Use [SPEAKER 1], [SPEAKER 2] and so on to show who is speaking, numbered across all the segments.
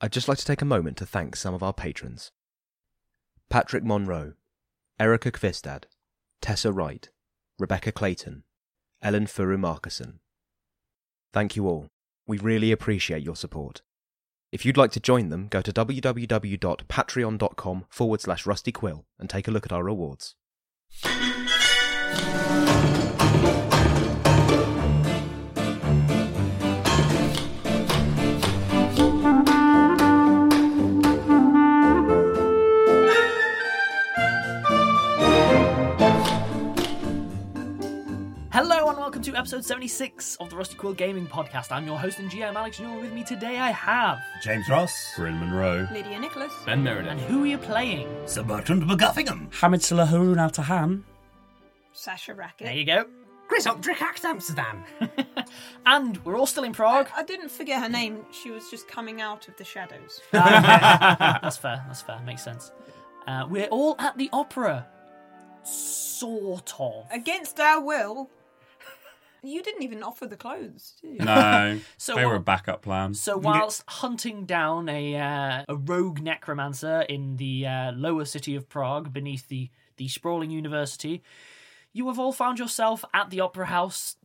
[SPEAKER 1] I'd just like to take a moment to thank some of our patrons Patrick Monroe, Erica Kvistad, Tessa Wright, Rebecca Clayton, Ellen Furu Markison. Thank you all. We really appreciate your support. If you'd like to join them, go to www.patreon.com forward slash rusty quill and take a look at our rewards.
[SPEAKER 2] Hello and welcome to episode 76 of the Rusty Quill Gaming Podcast. I'm your host and GM Alex Newell. With me today I have
[SPEAKER 3] James Ross. Bryn Monroe.
[SPEAKER 4] Lydia Nicholas.
[SPEAKER 5] Ben Meriden.
[SPEAKER 2] and who we are playing.
[SPEAKER 3] Sir Bertrand McGuffingham.
[SPEAKER 6] Hamid Salahurun Al Tahan.
[SPEAKER 4] Sasha Racket.
[SPEAKER 2] There you go.
[SPEAKER 7] Chris Opdrick Act Amsterdam.
[SPEAKER 2] And we're all still in Prague.
[SPEAKER 4] I didn't forget her name. She was just coming out of the shadows.
[SPEAKER 5] Uh-huh.
[SPEAKER 2] that's fair. That's fair. Makes sense. Uh, we're all at the opera, sort of.
[SPEAKER 4] Against our will. You didn't even offer the clothes, did you?
[SPEAKER 5] No,
[SPEAKER 2] So
[SPEAKER 5] they
[SPEAKER 2] what-
[SPEAKER 5] were a backup plan.
[SPEAKER 2] So whilst hunting down a uh, a rogue necromancer in the uh, lower city of Prague beneath the the sprawling university, you have all found yourself at the opera house,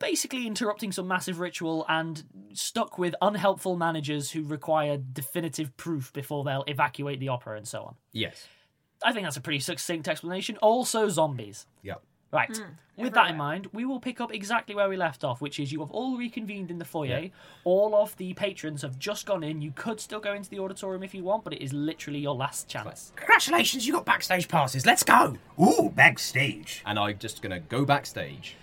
[SPEAKER 2] basically interrupting some massive ritual and stuck with unhelpful managers who require definitive proof before they'll evacuate the opera and so on.
[SPEAKER 5] yes,
[SPEAKER 2] I think that's a pretty succinct explanation. Also, zombies.
[SPEAKER 5] yep.
[SPEAKER 2] Right.
[SPEAKER 4] Hmm,
[SPEAKER 2] With that in mind, we will pick up exactly where we left off, which is you have all reconvened in the foyer. All of the patrons have just gone in. You could still go into the auditorium if you want, but it is literally your last chance.
[SPEAKER 7] Congratulations, you got backstage passes. Let's go.
[SPEAKER 3] Ooh, backstage.
[SPEAKER 5] And I'm just gonna go backstage.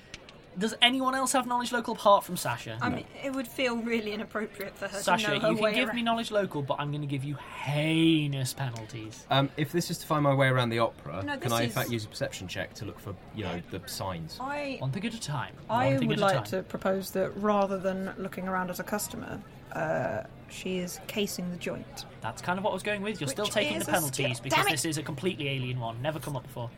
[SPEAKER 2] Does anyone else have knowledge local apart from Sasha?
[SPEAKER 4] I mean, Um, it would feel really inappropriate for her
[SPEAKER 2] Sasha,
[SPEAKER 4] to know her
[SPEAKER 2] you
[SPEAKER 4] way
[SPEAKER 2] can give
[SPEAKER 4] around.
[SPEAKER 2] me knowledge local, but I'm going to give you heinous penalties.
[SPEAKER 5] Um, if this is to find my way around the opera,
[SPEAKER 4] No,
[SPEAKER 5] can
[SPEAKER 4] this
[SPEAKER 5] I in
[SPEAKER 4] is-
[SPEAKER 5] fact use a perception check to look for you know the signs?
[SPEAKER 4] I-
[SPEAKER 2] One thing at a time.
[SPEAKER 4] I
[SPEAKER 2] One thing
[SPEAKER 4] would
[SPEAKER 2] at a
[SPEAKER 4] like
[SPEAKER 2] time.
[SPEAKER 4] to propose that rather than looking around at a customer, uh, she is casing the joint.
[SPEAKER 2] That's kind of what I was going with. You're still
[SPEAKER 4] Which
[SPEAKER 2] taking the
[SPEAKER 4] is a
[SPEAKER 2] penalties
[SPEAKER 4] skill-
[SPEAKER 2] because
[SPEAKER 4] damn it!
[SPEAKER 2] this is a completely alien one. Never come up before.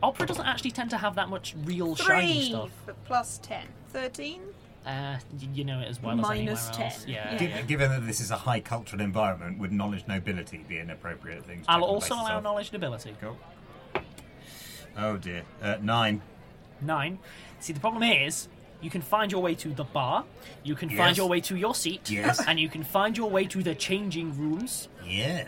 [SPEAKER 2] Opera doesn't actually tend to have that much real shiny
[SPEAKER 4] Three
[SPEAKER 2] stuff.
[SPEAKER 4] for plus ten. Thirteen?
[SPEAKER 2] Uh, y- you know it as well
[SPEAKER 4] Minus
[SPEAKER 2] as
[SPEAKER 4] ten,
[SPEAKER 2] anywhere else. Yeah.
[SPEAKER 4] yeah.
[SPEAKER 2] yeah.
[SPEAKER 3] Given, given that this is a high cultural environment, would knowledge nobility be an appropriate thing? To
[SPEAKER 2] I'll
[SPEAKER 3] check on the
[SPEAKER 2] also
[SPEAKER 3] basis
[SPEAKER 2] allow
[SPEAKER 3] of?
[SPEAKER 2] knowledge and ability.
[SPEAKER 3] Oh dear, uh, nine.
[SPEAKER 2] Nine. See, the problem is, you can find your way to the bar, you can find
[SPEAKER 3] Yes.
[SPEAKER 2] your way to your seat,
[SPEAKER 3] Yes.
[SPEAKER 2] and you can find your way to the changing rooms.
[SPEAKER 3] Yes.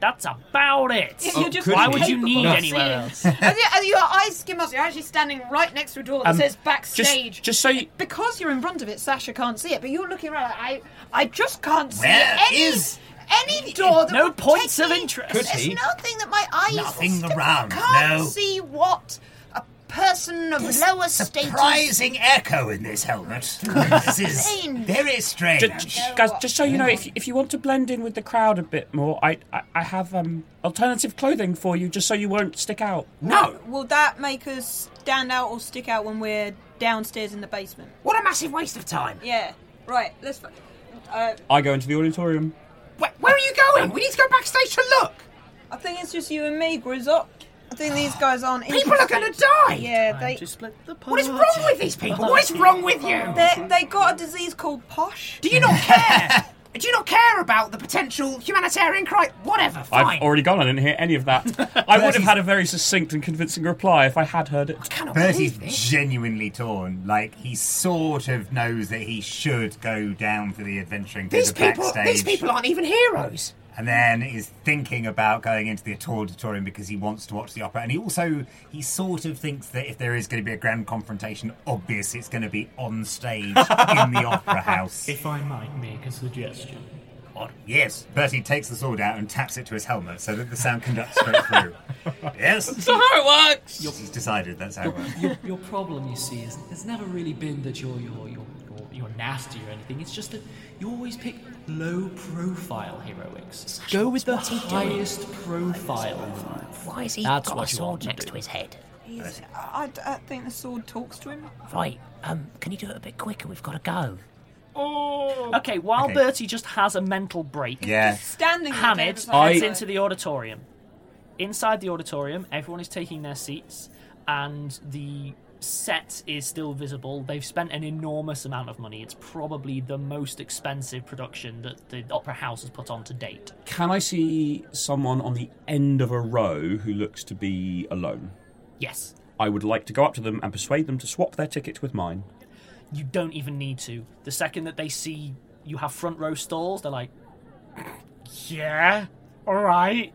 [SPEAKER 2] That's about it.
[SPEAKER 4] If you're Oh, just
[SPEAKER 2] Why would you
[SPEAKER 4] incapable
[SPEAKER 2] need
[SPEAKER 4] of
[SPEAKER 2] anywhere
[SPEAKER 4] seeing.
[SPEAKER 2] else?
[SPEAKER 4] as, you- as your eyes skim us, you're actually standing right next to a door that
[SPEAKER 8] Um,
[SPEAKER 4] says
[SPEAKER 8] just-
[SPEAKER 4] backstage.
[SPEAKER 8] Just, so you.
[SPEAKER 4] Because you're in front of it, Sasha can't see it, but you're looking around. like, I, I just can't see
[SPEAKER 8] Where
[SPEAKER 4] any,
[SPEAKER 8] is-
[SPEAKER 4] any door. That
[SPEAKER 2] no
[SPEAKER 4] would
[SPEAKER 2] points
[SPEAKER 4] take
[SPEAKER 2] of
[SPEAKER 4] me-
[SPEAKER 2] interest.
[SPEAKER 4] There's nothing that my eyes
[SPEAKER 8] Nothing
[SPEAKER 4] I
[SPEAKER 8] around,
[SPEAKER 4] Can't
[SPEAKER 8] no.
[SPEAKER 4] see what a person of
[SPEAKER 8] This
[SPEAKER 4] lower status.
[SPEAKER 8] surprising echo in this helmet. this is
[SPEAKER 4] Strange.
[SPEAKER 8] very strange.
[SPEAKER 6] Just, guys, just so you know, if, if you want to blend in with the crowd a bit more, I I, I have um alternative clothing for you, just so you won't stick out.
[SPEAKER 4] No. Will that make us stand out or stick out when we're downstairs in the basement?
[SPEAKER 7] What a massive waste of time.
[SPEAKER 4] Yeah. Right. Let's. fi- Uh,
[SPEAKER 6] I go into the auditorium.
[SPEAKER 7] Where, where are you going? We need to go backstage to look.
[SPEAKER 4] I think it's just you and me, Grizzop. I think these guys aren't.
[SPEAKER 7] People are gonna
[SPEAKER 4] interested.
[SPEAKER 7] die.
[SPEAKER 4] Yeah, they.
[SPEAKER 7] What is wrong with these people? What is wrong with you?
[SPEAKER 4] They, they got a disease called posh.
[SPEAKER 7] Do you not care? Do you not care about the potential humanitarian crisis? Whatever. Fine.
[SPEAKER 6] I've already gone. I didn't hear any of that. I would have had a very succinct and convincing reply if I had heard it.
[SPEAKER 3] Bertie's genuinely torn. Like he sort of knows that he should go down for the adventuring through
[SPEAKER 7] These
[SPEAKER 3] the
[SPEAKER 7] people.
[SPEAKER 3] backstage.
[SPEAKER 7] These people aren't even heroes.
[SPEAKER 3] and then is thinking about going into the auditorium because he wants to watch the opera and he also he sort of thinks that if there is going to be a grand confrontation obvious it's going to be on stage in the opera house
[SPEAKER 2] If I might make a suggestion.
[SPEAKER 3] yes bertie takes the sword out and taps it to his helmet so that the sound conducts straight through yes that's
[SPEAKER 2] how
[SPEAKER 3] it works he's decided that's how it works
[SPEAKER 2] your, your problem, you see, is it's never really been that you're you're, you're you're you're nasty or anything. It's just that you always pick low profile heroics. Go with the
[SPEAKER 7] what's he doing?
[SPEAKER 2] highest profile.
[SPEAKER 7] Why is he
[SPEAKER 2] That's
[SPEAKER 7] got
[SPEAKER 2] what
[SPEAKER 7] a
[SPEAKER 2] you
[SPEAKER 7] sword
[SPEAKER 2] want to
[SPEAKER 7] next
[SPEAKER 2] do.
[SPEAKER 7] to his head?
[SPEAKER 4] He's, I, I think the sword talks to him.
[SPEAKER 7] Right. Um. Can you do it a bit quicker? We've got to go.
[SPEAKER 2] Oh. Okay, while
[SPEAKER 7] Okay.
[SPEAKER 2] Bertie just has a mental break,
[SPEAKER 3] Yeah.
[SPEAKER 4] Standing there,
[SPEAKER 2] Hamid
[SPEAKER 4] David's like,
[SPEAKER 2] heads
[SPEAKER 4] "I-
[SPEAKER 2] into the auditorium. Inside the auditorium, everyone is taking their seats, and the set is still visible. They've spent an enormous amount of money. It's probably the most expensive production that the Opera House has put on to date.
[SPEAKER 6] Can I see someone on the end of a row who looks to be alone?
[SPEAKER 2] Yes.
[SPEAKER 6] I would like to go up to them and persuade them to swap their ticket with mine.
[SPEAKER 2] You don't even need to. The second that they see you have front row stalls, they're like, yeah, all right,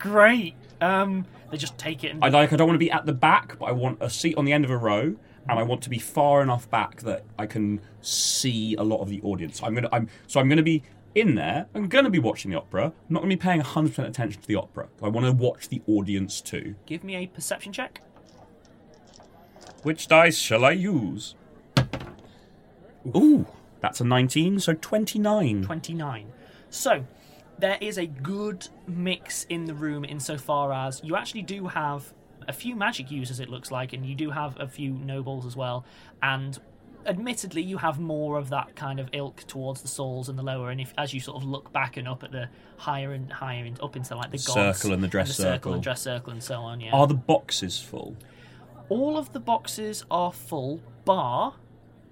[SPEAKER 2] great. Um, they just take it and
[SPEAKER 6] I like I don't want to be at the back, but I want a seat on the end of a row, and I want to be far enough back that I can see a lot of the audience. I'm gonna I'm so I'm gonna be in there. I'm gonna be watching the opera. I'm not gonna be paying 100 percent attention to the opera. I want to watch the audience too.
[SPEAKER 2] give me a perception check.
[SPEAKER 6] Which dice shall I use? Ooh, that's a 19, so 29.
[SPEAKER 2] 29. So, there is a good mix in the room insofar as you actually do have a few magic users, it looks like, and you do have a few nobles as well. And admittedly, you have more of that kind of ilk towards the souls and the lower. And if as you sort of look back and up at the higher and higher and up into like the gods,
[SPEAKER 6] Circle and the dress
[SPEAKER 2] the circle,
[SPEAKER 6] circle.
[SPEAKER 2] and dress circle and so on, yeah.
[SPEAKER 6] Are the boxes full?
[SPEAKER 2] All of the boxes are full, bar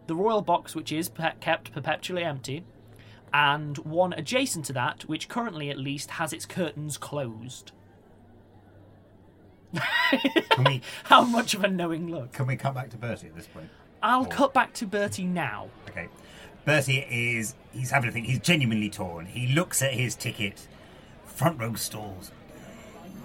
[SPEAKER 2] the royal box, which is pe- kept perpetually empty, and one adjacent to that, which currently at least has its curtains closed. How much of a knowing look.
[SPEAKER 3] can we come back to bertie at this point
[SPEAKER 2] I'll cut back to Bertie now.
[SPEAKER 3] Okay. Bertie is he's having a think. He's genuinely torn. He looks at his ticket, front row stalls.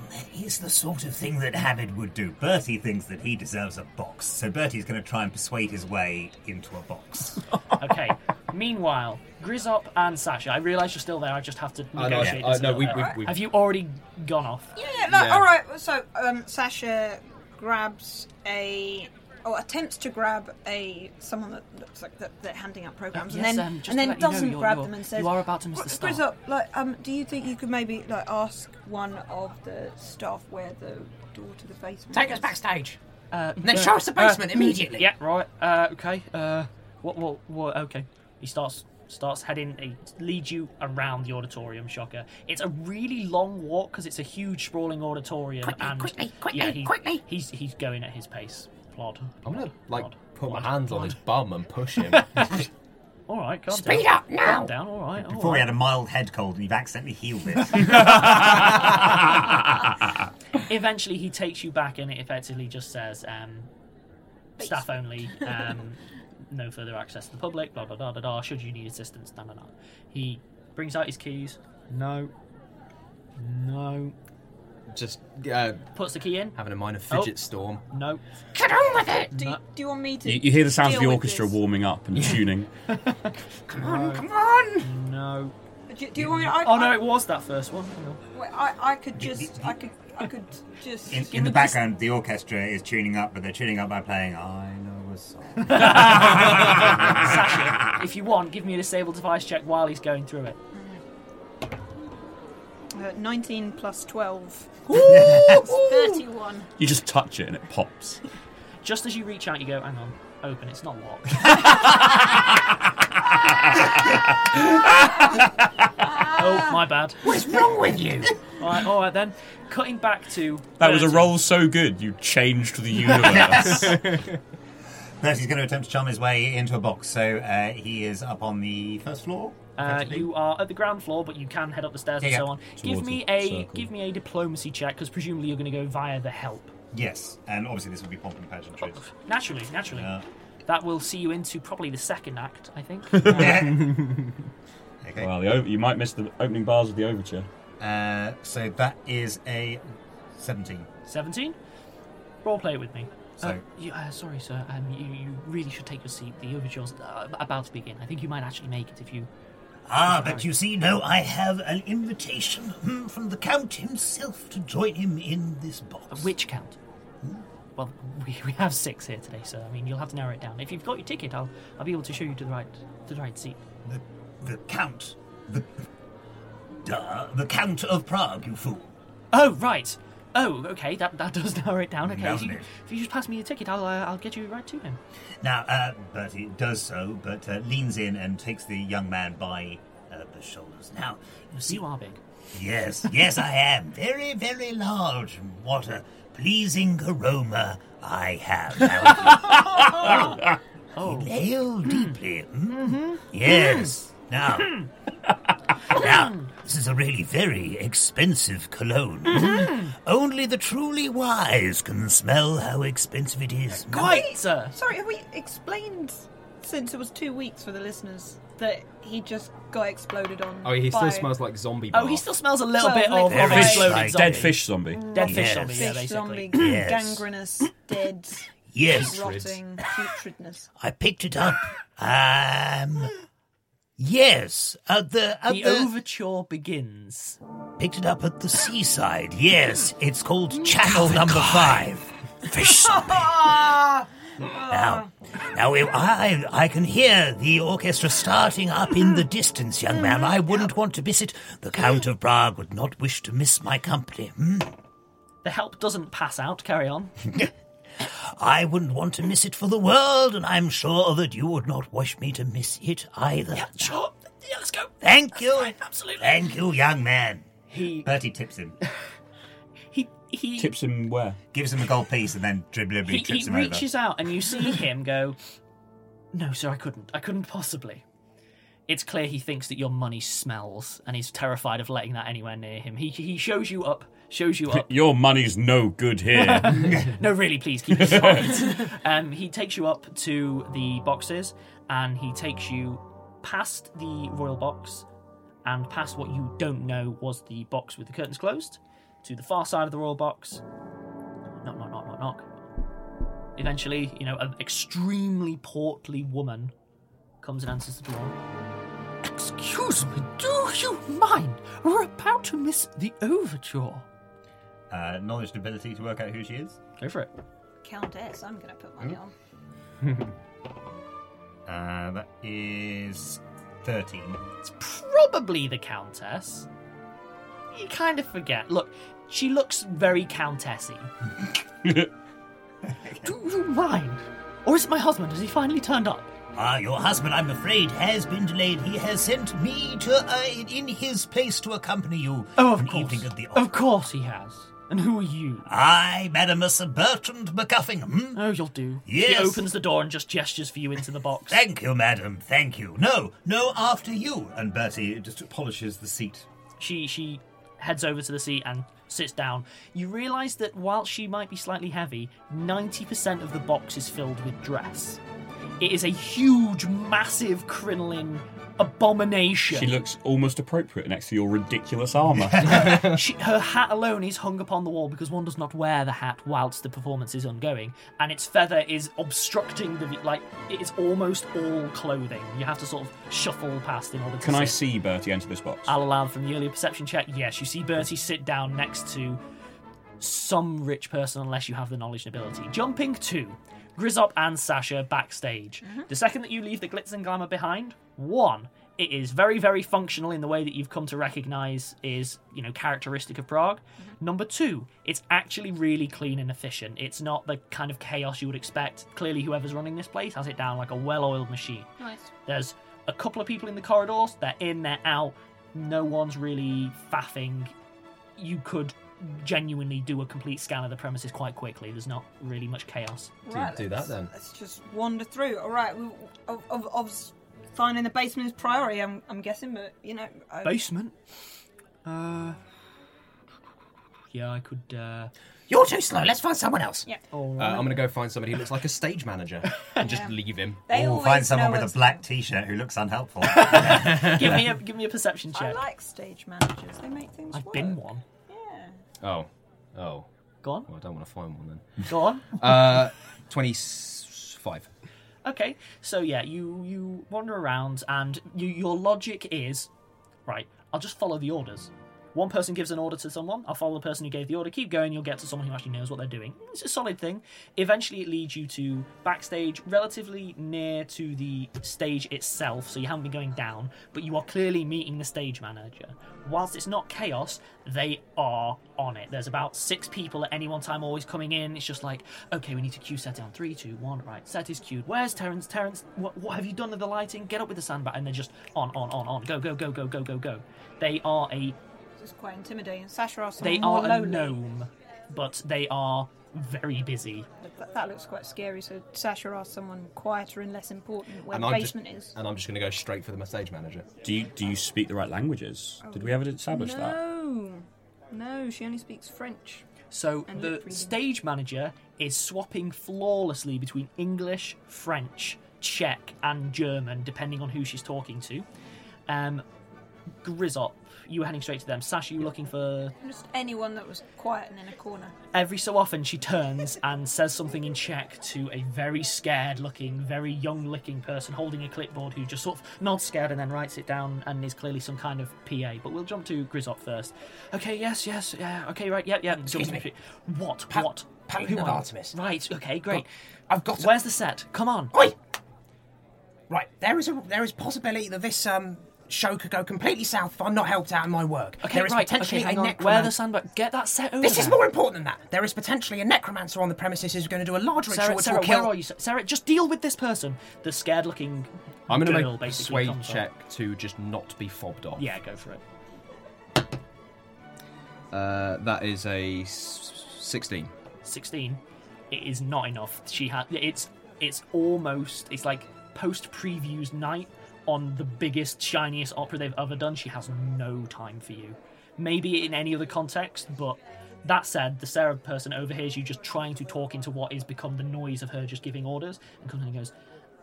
[SPEAKER 3] That is the sort of thing that Hamid would do. Bertie thinks that he deserves a box, so Bertie's going to try and persuade his way into a box.
[SPEAKER 2] Okay. Meanwhile, Grizzop and Sasha, I realise you're still there. I just have to
[SPEAKER 5] no,
[SPEAKER 2] negotiate.
[SPEAKER 5] I-
[SPEAKER 2] this a
[SPEAKER 5] no,
[SPEAKER 2] little
[SPEAKER 5] we-
[SPEAKER 2] bit.
[SPEAKER 5] we- we-
[SPEAKER 2] Have you already gone off?
[SPEAKER 4] Yeah, no,
[SPEAKER 2] Yeah.
[SPEAKER 4] all right. So um, Sasha grabs a or attempts to grab a someone that looks like that they're handing out programs,
[SPEAKER 2] yes,
[SPEAKER 4] and then
[SPEAKER 2] um, just
[SPEAKER 4] and
[SPEAKER 2] to
[SPEAKER 4] then
[SPEAKER 2] let you know,
[SPEAKER 4] doesn't
[SPEAKER 2] you're-
[SPEAKER 4] grab
[SPEAKER 2] you're-
[SPEAKER 4] them and says,
[SPEAKER 2] you are about to miss
[SPEAKER 4] "What
[SPEAKER 2] the
[SPEAKER 4] screws
[SPEAKER 2] star."
[SPEAKER 4] up? Like, um, do you think you could maybe like ask one of the staff where the door to the basement?
[SPEAKER 7] Take us
[SPEAKER 4] is?"
[SPEAKER 7] backstage.
[SPEAKER 2] Uh,
[SPEAKER 7] Then show us the basement immediately.
[SPEAKER 2] Yeah, right. Uh, okay. Uh, what, what? What? Okay. He starts starts heading. He leads you around the auditorium. Shocker. It's a really long walk because it's a huge sprawling auditorium.
[SPEAKER 7] Quickly,
[SPEAKER 2] and
[SPEAKER 7] quickly, quickly,
[SPEAKER 2] yeah, he,
[SPEAKER 7] quickly.
[SPEAKER 2] He's he's going at his pace. Plod.
[SPEAKER 5] I'm gonna like
[SPEAKER 2] Plod.
[SPEAKER 5] put my
[SPEAKER 2] Plod.
[SPEAKER 5] hands on his bum and push him.
[SPEAKER 2] All right, calm
[SPEAKER 5] Speed
[SPEAKER 2] down.
[SPEAKER 5] up now.
[SPEAKER 2] Calm down. All right. all
[SPEAKER 3] Before he
[SPEAKER 2] right.
[SPEAKER 3] had a mild head cold and you've accidentally healed it.
[SPEAKER 2] Eventually, he takes you back, and it effectively just says, um, "Staff only, um, no further access to the public." Blah blah blah blah. blah should you need assistance, da da da. He brings out his keys. No. No.
[SPEAKER 5] Just uh,
[SPEAKER 2] Puts the key in.
[SPEAKER 5] having a minor
[SPEAKER 2] Oh.
[SPEAKER 5] fidget storm.
[SPEAKER 2] No.
[SPEAKER 7] Get on with it.
[SPEAKER 4] Do, do you want me to?
[SPEAKER 6] You, you hear the sounds of the
[SPEAKER 4] deal with
[SPEAKER 6] orchestra
[SPEAKER 4] this?
[SPEAKER 6] warming up and tuning.
[SPEAKER 4] Come on, come
[SPEAKER 2] on. No.
[SPEAKER 4] Do, do you want me? I,
[SPEAKER 2] oh no,
[SPEAKER 4] I,
[SPEAKER 2] it was that first one. Hang on.
[SPEAKER 4] wait, I, I could just, I could, I could just.
[SPEAKER 3] In, in the background, the orchestra is tuning up, but they're tuning up by playing I Know a Song.
[SPEAKER 2] Sasha, if you want, give me a disable device check while he's going through it.
[SPEAKER 4] Uh, Nineteen plus twelve.
[SPEAKER 6] Ooh,
[SPEAKER 4] Thirty-one.
[SPEAKER 6] You just touch it and it pops.
[SPEAKER 2] Just as you reach out, you go, hang on, open, it's not locked. oh, my bad.
[SPEAKER 7] What's wrong with you?
[SPEAKER 2] Alright, alright then. Cutting back to.
[SPEAKER 6] That was a
[SPEAKER 2] Bertie.
[SPEAKER 6] roll so good you changed the universe.
[SPEAKER 3] Bertie's going to attempt to charm his way into a box, so uh, he is up on the first floor.
[SPEAKER 2] Uh, you are at the ground floor, but you can head up the stairs and
[SPEAKER 3] Yeah,
[SPEAKER 2] so
[SPEAKER 3] yeah.
[SPEAKER 2] on. give
[SPEAKER 3] Towards
[SPEAKER 2] me
[SPEAKER 3] the
[SPEAKER 2] a
[SPEAKER 3] circle.
[SPEAKER 2] give me a diplomacy check because presumably you're going to go via the help.
[SPEAKER 3] Yes, and obviously this will be pomp and pageantry.
[SPEAKER 2] Oh, Naturally, naturally.
[SPEAKER 3] Yeah.
[SPEAKER 2] That will see you into probably the second act, I think.
[SPEAKER 6] Well, the o- you might miss the opening bars of the overture.
[SPEAKER 3] Uh, so that is a 17.
[SPEAKER 2] Seventeen. Role play it with me. Uh,
[SPEAKER 3] So-
[SPEAKER 2] you, uh, sorry, sir. Um, you, you really should take your seat. The overture's uh, about to begin. I think you might actually make it if you.
[SPEAKER 8] Ah,
[SPEAKER 2] if
[SPEAKER 8] but
[SPEAKER 2] hurry.
[SPEAKER 8] you see, no, I have an invitation hmm, from the Count himself to join him in this box.
[SPEAKER 2] Which Count? Well, we, we have six here today, sir. I mean, you'll have to narrow it down. If you've got your ticket, I'll I'll be able to show you to the right to the right seat.
[SPEAKER 8] The, the Count. The, duh, the Count of Prague, you fool.
[SPEAKER 2] Oh right. Oh, okay. That that does narrow it down. Okay. If
[SPEAKER 8] Doesn't
[SPEAKER 2] you,
[SPEAKER 8] it?
[SPEAKER 2] if you just pass me your ticket, I'll uh, I'll get you right to him.
[SPEAKER 8] Now, uh, Bertie does so, but uh, leans in and takes the young man by uh, the shoulders. Now, you see.
[SPEAKER 2] You are big.
[SPEAKER 8] Yes, yes, I am. Very, very large. And What a pleasing aroma I have. Now,
[SPEAKER 2] oh.
[SPEAKER 8] Inhale deeply. Mm-hmm. Yes.
[SPEAKER 2] Hmm.
[SPEAKER 8] Now, now, this is a really very expensive cologne. Hmm.
[SPEAKER 2] Hmm.
[SPEAKER 8] Only the truly wise can smell how expensive it is.
[SPEAKER 2] Quite, sir.
[SPEAKER 4] Sorry, have we explained since it was two weeks for the listeners that he just got exploded on?
[SPEAKER 5] Oh, he
[SPEAKER 4] by-
[SPEAKER 5] still smells like zombie.
[SPEAKER 2] Oh, he still smells a little
[SPEAKER 4] Well,
[SPEAKER 2] bit of,
[SPEAKER 4] like
[SPEAKER 2] of
[SPEAKER 4] Fish,
[SPEAKER 2] exploded
[SPEAKER 6] like
[SPEAKER 2] zombie.
[SPEAKER 6] dead fish zombie.
[SPEAKER 2] Dead fish
[SPEAKER 8] Yes.
[SPEAKER 2] zombie. Yeah,
[SPEAKER 4] Mm. Fish zombie,
[SPEAKER 2] basically.
[SPEAKER 8] Yes.
[SPEAKER 4] gangrenous, dead,
[SPEAKER 8] Yes.
[SPEAKER 4] rotting, putridness.
[SPEAKER 8] I picked it up. Um. Yes, at the at
[SPEAKER 2] The
[SPEAKER 8] the-
[SPEAKER 2] overture begins.
[SPEAKER 8] picked it up at the seaside. Yes, it's called Channel Number Five. Fish zombie. Now, now we, I I can hear the orchestra starting up in the distance, young man. I wouldn't want to miss it. The Count of Prague would not wish to miss my company. Hmm?
[SPEAKER 2] The help doesn't pass out. Carry on.
[SPEAKER 8] I wouldn't want to miss it for the world, and I'm sure that you would not wish me to miss it either.
[SPEAKER 2] Sure. Yeah, let's go.
[SPEAKER 8] Thank you.
[SPEAKER 2] absolutely.
[SPEAKER 8] Thank you, young man.
[SPEAKER 2] He
[SPEAKER 3] Bertie tips him,
[SPEAKER 2] he he.
[SPEAKER 6] Tips him where?
[SPEAKER 3] gives him a gold piece, and then dribbly
[SPEAKER 2] he,
[SPEAKER 3] trips
[SPEAKER 2] he
[SPEAKER 3] him
[SPEAKER 2] reaches out and you see him go no sir i couldn't i couldn't possibly it's clear he thinks that your money smells and he's terrified of letting that anywhere near him he, he shows you up shows you up
[SPEAKER 6] Your money's no good here.
[SPEAKER 2] no really please keep it quiet um, he takes you up to the boxes and he takes you past the royal box and past what you don't know was the box with the curtains closed to the far side of the royal box knock knock knock knock knock Eventually, you know, an extremely portly woman comes and answers the door. Excuse me, do you mind? We're about to miss the overture.
[SPEAKER 3] over. Uh, knowledge and ability to work out who she is.
[SPEAKER 2] Go for it.
[SPEAKER 4] Countess. I'm going to put
[SPEAKER 5] Hmm?
[SPEAKER 4] mine on.
[SPEAKER 3] Uh, that is 13.
[SPEAKER 2] It's probably the Countess. You kind of forget. Look, she looks very countessy. Do you mind? Or is it my husband? Has he finally turned up?
[SPEAKER 8] Ah, your husband, I'm afraid, has been delayed. He has sent me to uh, in his place to accompany you
[SPEAKER 2] Oh, of
[SPEAKER 8] an
[SPEAKER 2] course.
[SPEAKER 8] evening at the
[SPEAKER 2] Of course he has. And who are you?
[SPEAKER 8] I, Madam Sir Bertrand MacGuffingham.
[SPEAKER 2] Oh, you'll do. He
[SPEAKER 8] Yes.
[SPEAKER 2] opens the door and just gestures for you into the box.
[SPEAKER 8] Thank you, madam. Thank you.
[SPEAKER 3] No, no, after you. And Bertie just polishes the seat.
[SPEAKER 2] She she heads over to the seat and sits down. You realise that while she might be slightly heavy, 90% of the box is filled with dress. It is a huge, massive crinoline abomination.
[SPEAKER 6] She looks almost appropriate next to your ridiculous armour.
[SPEAKER 2] she, her hat alone is hung upon the wall because one does not wear the hat whilst the performance is ongoing, and its feather is obstructing the vi- like. It is almost all clothing. You have to sort of shuffle past in order to.
[SPEAKER 6] Can I
[SPEAKER 2] sit.
[SPEAKER 6] see Bertie enter this box?
[SPEAKER 2] I'll allow from the earlier perception check. Yes, you see Bertie sit down next to some rich person, unless you have the knowledge and ability. Jumping to Grizzop and Sasha backstage. The second that you leave the glitz and glamour behind, one, it is very, very functional in the way that you've come to recognise is, you know, characteristic of Prague. Number two, it's actually really clean and efficient. It's not the kind of chaos you would expect. Clearly, whoever's running this place has it down like a well-oiled machine.
[SPEAKER 4] Nice.
[SPEAKER 2] There's a couple of people in the corridors. They're in, they're out. No one's really faffing. You could genuinely do a complete scan of the premises quite quickly. There's not really much chaos.
[SPEAKER 5] do that
[SPEAKER 4] let's-
[SPEAKER 5] then.
[SPEAKER 4] Let's just wander through. All right. We, of, of, of finding the basement is priority. I'm, I'm guessing, but you know. I-
[SPEAKER 2] Basement? Uh. Yeah, I could. Uh...
[SPEAKER 7] You're too slow. Let's find someone else.
[SPEAKER 4] Yeah.
[SPEAKER 5] Uh, I'm going to go find somebody who looks like a stage manager and just leave him.
[SPEAKER 4] They
[SPEAKER 5] Or
[SPEAKER 4] always find someone know with a us.
[SPEAKER 3] black t-shirt who looks unhelpful.
[SPEAKER 2] give me a give me a perception
[SPEAKER 4] I
[SPEAKER 2] check.
[SPEAKER 4] like stage managers. They make things
[SPEAKER 2] I've
[SPEAKER 4] work.
[SPEAKER 2] been one.
[SPEAKER 5] Oh. Oh.
[SPEAKER 2] Go on.
[SPEAKER 5] Well, I don't want to find one
[SPEAKER 2] Go on.
[SPEAKER 5] then. uh, 25.
[SPEAKER 2] Okay, so yeah, you you wander around, and you, your logic is, right? I'll just follow the orders. One person gives an order to someone. I'll follow the person who gave the order. Keep going. You'll get to someone who actually knows what they're doing. It's a solid thing. Eventually, it leads you to backstage, relatively near to the stage itself. So you haven't been going down, but you are clearly meeting the stage manager. Whilst it's not chaos, they are on it. There's about six people at any one time, always coming in. It's just like, okay, we need to cue set down. Three, two, one. Right, set is cued. Where's Terrence? Terrence, what, what have you done with the lighting? Get up with the sandbag, and they're just on, on, on, on. Go, go, go, go, go, go, go. They are a
[SPEAKER 4] This is quite intimidating. Sasha asked
[SPEAKER 2] they
[SPEAKER 4] someone
[SPEAKER 2] are
[SPEAKER 4] more
[SPEAKER 2] a
[SPEAKER 4] lowly.
[SPEAKER 2] gnome, but they are very busy.
[SPEAKER 4] That, that looks quite scary. So Sasha asked someone quieter and less important where
[SPEAKER 5] And
[SPEAKER 4] the
[SPEAKER 5] I'm
[SPEAKER 4] basement
[SPEAKER 5] just,
[SPEAKER 4] is.
[SPEAKER 5] And I'm just going to go straight for the stage manager.
[SPEAKER 6] Do you do you speak the right languages? Did we ever establish that?
[SPEAKER 4] Oh. no. No, she only speaks French.
[SPEAKER 2] So
[SPEAKER 4] And lip
[SPEAKER 2] the
[SPEAKER 4] reading.
[SPEAKER 2] stage manager is swapping flawlessly between English, French, Czech, and German, depending on who she's talking to. Um, Grizzop, you were heading straight to them. Sasha, you were looking for.
[SPEAKER 4] Just anyone that was quiet and in a corner.
[SPEAKER 2] Every so often, she turns and says something in Czech to a very scared looking, very young looking person holding a clipboard who just sort of nods scared and then writes it down and is clearly some kind of PA. But we'll jump to Grizzop first. Okay, yes, yes, yeah, okay, right, yep, yep.
[SPEAKER 7] Excuse
[SPEAKER 2] jumps
[SPEAKER 7] me.
[SPEAKER 2] to- What? what?
[SPEAKER 7] Paladin
[SPEAKER 2] Who
[SPEAKER 7] of
[SPEAKER 2] are you?
[SPEAKER 7] Artemis.
[SPEAKER 2] Right, okay, great.
[SPEAKER 7] I've got.
[SPEAKER 2] Where's the set? Come on.
[SPEAKER 7] Oi! Right, there is a there is possibility that this um show could go completely south if I'm not helped out in my work.
[SPEAKER 2] Okay,
[SPEAKER 7] there is
[SPEAKER 2] right.
[SPEAKER 7] potentially
[SPEAKER 2] okay, hang
[SPEAKER 7] a
[SPEAKER 2] on.
[SPEAKER 7] necromancer.
[SPEAKER 2] Where the sandbag? Get that set over.
[SPEAKER 7] This is
[SPEAKER 2] there.
[SPEAKER 7] more important than that. There is potentially a necromancer on the premises who's going to do a large ritual
[SPEAKER 2] Sarah,
[SPEAKER 7] which
[SPEAKER 2] Sarah,
[SPEAKER 7] will kill.
[SPEAKER 2] where are you? Sarah, just deal with this person. The scared-looking
[SPEAKER 5] I'm going to
[SPEAKER 2] girl
[SPEAKER 5] make a persuade
[SPEAKER 2] basically comes up.
[SPEAKER 5] check to just not be fobbed off.
[SPEAKER 2] Yeah, go for it.
[SPEAKER 5] Uh, that is a s- 16.
[SPEAKER 2] 16 it is not enough she had it's it's almost it's like post previews night on the biggest shiniest opera they've ever done she has no time for you maybe in any other context but that said the sarah person overhears you just trying to talk into what is become the noise of her just giving orders and comes in and goes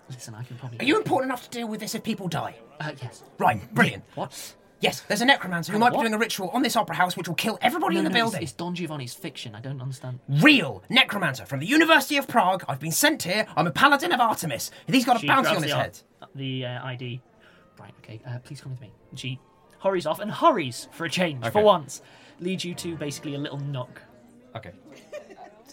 [SPEAKER 2] listen i can probably
[SPEAKER 7] Are you important enough to deal with this if people die?
[SPEAKER 2] uh, yes
[SPEAKER 7] Right, brilliant.
[SPEAKER 2] what
[SPEAKER 7] Yes, there's a necromancer who might be
[SPEAKER 2] What?
[SPEAKER 7] doing a ritual on this opera house which will kill everybody
[SPEAKER 2] no,
[SPEAKER 7] in the
[SPEAKER 2] no, no, it's-
[SPEAKER 7] building.
[SPEAKER 2] it's don giovanni's fiction i don't understand
[SPEAKER 7] Real necromancer from the University of Prague. I've been sent here. I'm a paladin of Artemis. He's got a
[SPEAKER 2] She
[SPEAKER 7] bounty
[SPEAKER 2] grabs
[SPEAKER 7] on his
[SPEAKER 2] the,
[SPEAKER 7] head.
[SPEAKER 2] The uh, ID. Right, okay, uh, please come with me. And She hurries off and hurries for a change, for
[SPEAKER 5] Okay.
[SPEAKER 2] once. Leads you to basically a little nook.
[SPEAKER 5] Okay.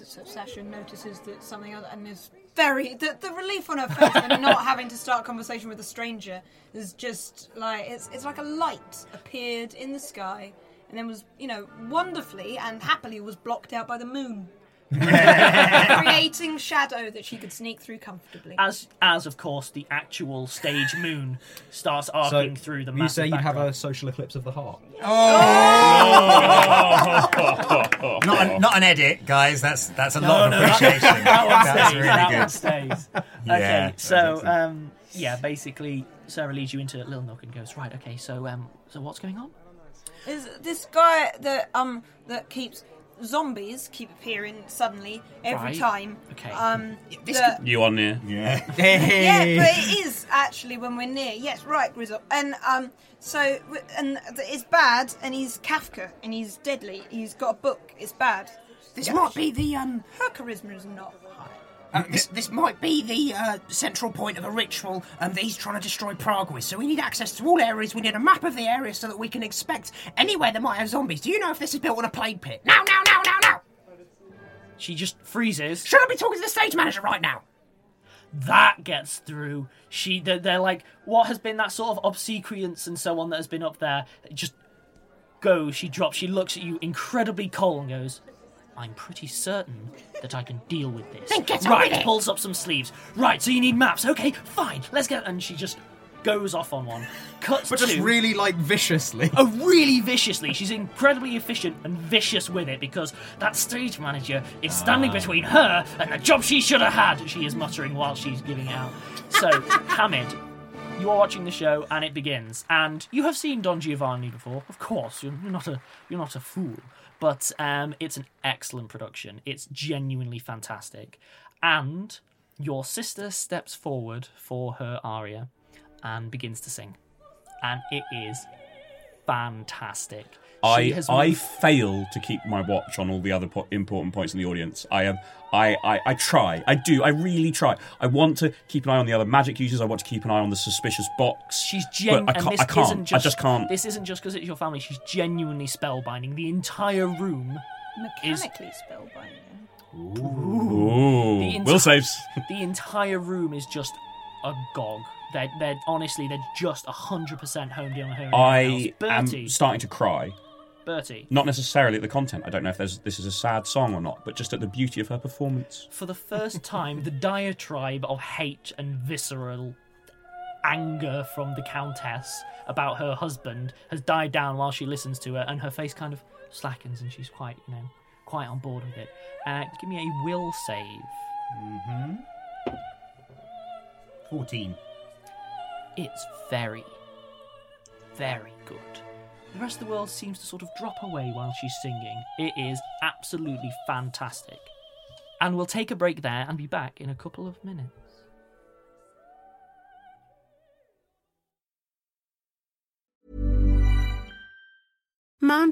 [SPEAKER 4] Session notices that something other and is very the, the relief on her face and not having to start a conversation with a stranger is just like it's it's like a light appeared in the sky and then was you know wonderfully and happily was blocked out by the moon, creating shadow that she could sneak through comfortably.
[SPEAKER 2] As, as of course, the actual stage moon starts arcing through the
[SPEAKER 5] you
[SPEAKER 2] massive
[SPEAKER 5] say you'd have
[SPEAKER 2] background.
[SPEAKER 5] a social eclipse of the heart. Oh!
[SPEAKER 2] Oh!
[SPEAKER 8] not, an, not an edit, guys. That's that's a
[SPEAKER 2] No,
[SPEAKER 8] lot
[SPEAKER 2] no,
[SPEAKER 8] of
[SPEAKER 2] that-
[SPEAKER 8] appreciation.
[SPEAKER 2] that one
[SPEAKER 8] That's
[SPEAKER 2] stays,
[SPEAKER 8] really
[SPEAKER 2] that
[SPEAKER 8] good.
[SPEAKER 2] one stays.
[SPEAKER 8] Yeah,
[SPEAKER 2] Okay, so
[SPEAKER 8] that's
[SPEAKER 2] um, yeah, basically, Sarah leads you into Little Nook and goes, right, okay, so um, so what's going on?
[SPEAKER 4] Is this guy that um that keeps zombies keep appearing suddenly every
[SPEAKER 2] Right.
[SPEAKER 4] time?
[SPEAKER 2] Okay.
[SPEAKER 4] Um,
[SPEAKER 2] this
[SPEAKER 4] that-
[SPEAKER 6] You on there?
[SPEAKER 3] Yeah.
[SPEAKER 4] yeah, but it is actually when we're near. Yes, right, Grizzle. And um, so w- and th- it's bad, and he's Kafka, and he's deadly. He's got a book. It's bad.
[SPEAKER 7] This might be the um.
[SPEAKER 4] Her charisma is not high.
[SPEAKER 7] Uh, this, this might be the uh, central point of a ritual um, that he's trying to destroy Prague with. So we need access to all areas. We need a map of the area so that we can expect anywhere that might have zombies. Do you know if this is built on a plague pit? Now, now, now, now, now!
[SPEAKER 2] She just freezes.
[SPEAKER 7] Should I be talking to the stage manager right now?
[SPEAKER 2] That gets through. She, they're, they're like, what has been that sort of obsequience and so on that has been up there? Just go. She drops. She looks at you incredibly cold and goes, "I'm pretty certain that I can deal with this."
[SPEAKER 7] Then get on
[SPEAKER 2] right.
[SPEAKER 7] with it.
[SPEAKER 2] Pulls up some sleeves. Right. So you need maps. Okay, fine. Let's go. And she just goes off on one. Cuts
[SPEAKER 5] But just
[SPEAKER 2] to-
[SPEAKER 5] really, like, viciously.
[SPEAKER 2] Oh, really viciously. She's incredibly efficient and vicious with it because that stage manager is
[SPEAKER 5] Ah.
[SPEAKER 2] standing between her and the job she should have had, she is muttering while she's giving it out. So, Hamid, you are watching the show and it begins. And you have seen Don Giovanni before, of course. You're you're not a, you're not a fool. But um, it's an excellent production. It's genuinely fantastic. And your sister steps forward for her aria and begins to sing. And it is fantastic. She
[SPEAKER 6] I
[SPEAKER 2] has
[SPEAKER 6] I
[SPEAKER 2] moved-
[SPEAKER 6] fail to keep my watch on all the other po- important points in the audience. I am I, I I try. I do. I really try. I want to keep an eye on the other magic users. I want to keep an eye on the suspicious box.
[SPEAKER 2] She's gen-
[SPEAKER 6] but I
[SPEAKER 2] and
[SPEAKER 6] can't.
[SPEAKER 2] this
[SPEAKER 6] I, can't.
[SPEAKER 2] isn't
[SPEAKER 6] I
[SPEAKER 2] just
[SPEAKER 6] just can't.
[SPEAKER 2] This isn't just because it's your family. She's genuinely spellbinding the entire room.
[SPEAKER 4] Mechanically spellbinding.
[SPEAKER 6] Ooh.
[SPEAKER 2] The
[SPEAKER 6] Will
[SPEAKER 2] enti-
[SPEAKER 6] saves.
[SPEAKER 2] the entire room is just agog. They're, they're honestly they're just hundred percent honed in on her. and everyone
[SPEAKER 6] I
[SPEAKER 2] else. Bertie,
[SPEAKER 6] am starting to cry.
[SPEAKER 2] Bertie,
[SPEAKER 6] Not necessarily at the content. I don't know if there's, this is a sad song or not, but just at the beauty of her performance.
[SPEAKER 2] for the first time, the diatribe of hate and visceral anger from the Countess about her husband has died down while she listens to it, and her face kind of slackens, and she's quite, you know, quite on board with it. Uh, give me a will save.
[SPEAKER 3] Mm-hmm. 14.
[SPEAKER 2] It's very, very good. The rest of the world seems to sort of drop away while she's singing. It is absolutely fantastic. And we'll take a break there and be back in a couple of minutes.
[SPEAKER 9] Mom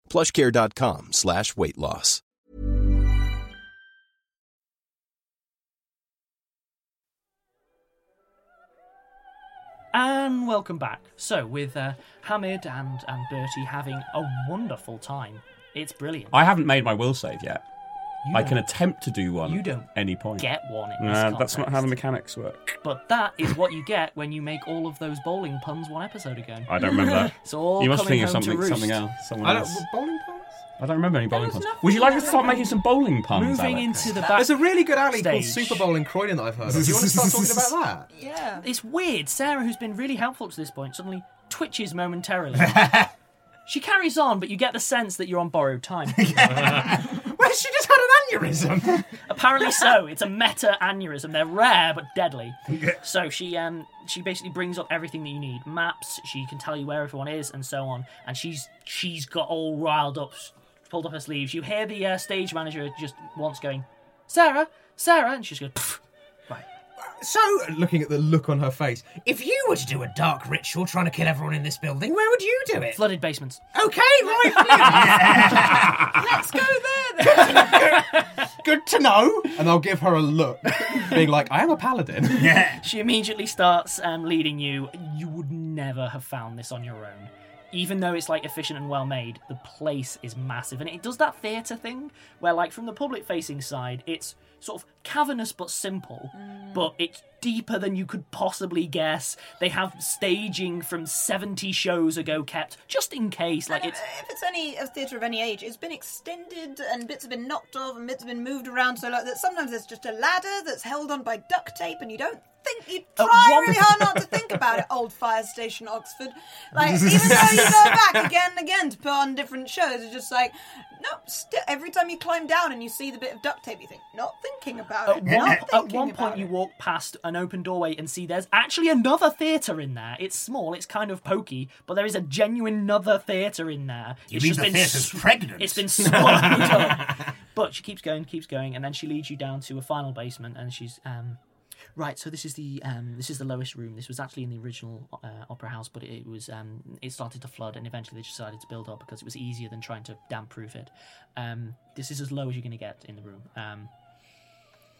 [SPEAKER 10] plushcare.com slash weight loss.
[SPEAKER 2] And welcome back. So, with uh, Hamid and, and Bertie having a wonderful time, it's brilliant.
[SPEAKER 6] I haven't made my will save yet.
[SPEAKER 2] You
[SPEAKER 6] I can
[SPEAKER 2] don't-
[SPEAKER 6] attempt to do one.
[SPEAKER 2] you don't
[SPEAKER 6] any point.
[SPEAKER 2] get one in this
[SPEAKER 6] Nah, that's not how the
[SPEAKER 2] context.
[SPEAKER 6] mechanics work.
[SPEAKER 2] But that is what you get when you make all of those bowling puns one episode ago.
[SPEAKER 6] I don't remember that.
[SPEAKER 2] It's all
[SPEAKER 6] you must
[SPEAKER 2] coming
[SPEAKER 6] think of
[SPEAKER 2] home to
[SPEAKER 6] something,
[SPEAKER 2] roost.
[SPEAKER 6] something else. Someone
[SPEAKER 5] I don't-
[SPEAKER 6] else.
[SPEAKER 5] bowling puns?
[SPEAKER 6] I don't remember any bowling puns. Would you like us to start making some bowling puns?
[SPEAKER 2] Moving
[SPEAKER 6] Alex?
[SPEAKER 2] into the back.
[SPEAKER 5] There's a really good alley called
[SPEAKER 2] stage.
[SPEAKER 5] Super Bowl in Croydon that I've heard of. Do you want to start talking about that?
[SPEAKER 2] Yeah. It's weird. Sarah, who's been really helpful to this point, suddenly twitches momentarily. she carries on, but you get the sense that you're on borrowed time.
[SPEAKER 7] Well, she just had an aneurysm.
[SPEAKER 2] Apparently so. It's a meta aneurysm. They're rare but deadly. So she um she basically brings up everything that you need. Maps. She can tell you where everyone is and so on. And she's she's got all riled up, s- pulled up her sleeves. You hear the uh, stage manager just once going, Sarah, Sarah, and she's going. "Pfft."
[SPEAKER 7] so,
[SPEAKER 5] Looking at the look on her face.
[SPEAKER 7] if you were to do a dark ritual trying to kill everyone in this building, where would you do it?
[SPEAKER 2] Flooded basements.
[SPEAKER 7] Okay, right. Ah.
[SPEAKER 4] Let's go there.
[SPEAKER 5] Good to know. And I'll give her a look, being like, I am a paladin.
[SPEAKER 2] She immediately starts um, leading you. You would never have found this on your own. Even though it's like efficient and well made, the place is massive. And it does that theatre thing where, like, from the public facing side, it's sort of cavernous but simple,
[SPEAKER 8] Mm.
[SPEAKER 2] but it's deeper than you could possibly guess. They have staging from 70 shows ago kept just in case. Like, it's.
[SPEAKER 4] if it's any of theatre of any age, it's been extended and bits have been knocked off and bits have been moved around so like that sometimes there's just a ladder that's held on by duct tape and you don't think you
[SPEAKER 2] At
[SPEAKER 4] try
[SPEAKER 2] one-
[SPEAKER 4] really hard not to think about it, old fire station Oxford. Like even though you go back again and again to put on different shows, it's just like nope, sti- every time you climb down and you see the bit of duct tape you think, not thinking about
[SPEAKER 2] At
[SPEAKER 4] it.
[SPEAKER 2] one,
[SPEAKER 4] not
[SPEAKER 2] at
[SPEAKER 4] thinking
[SPEAKER 2] one point,
[SPEAKER 4] about
[SPEAKER 2] you
[SPEAKER 4] it.
[SPEAKER 2] walk past an open doorway and see there's actually another theatre in there. It's small, it's kind of pokey, but there is a genuine another theatre in there.
[SPEAKER 8] You
[SPEAKER 2] it's
[SPEAKER 8] mean
[SPEAKER 2] just
[SPEAKER 8] the
[SPEAKER 2] been
[SPEAKER 8] theatre's
[SPEAKER 2] sw-
[SPEAKER 8] pregnant?
[SPEAKER 2] It's been swallowed up. But she keeps going, keeps going, and then she leads you down to a final basement, and she's um, right. So this is the um, this is the lowest room. This was actually in the original uh, opera house, but it was um, it started to flood, and eventually they decided to build up because it was easier than trying to damp proof it. Um, this is as low as you're going to get in the room. Um,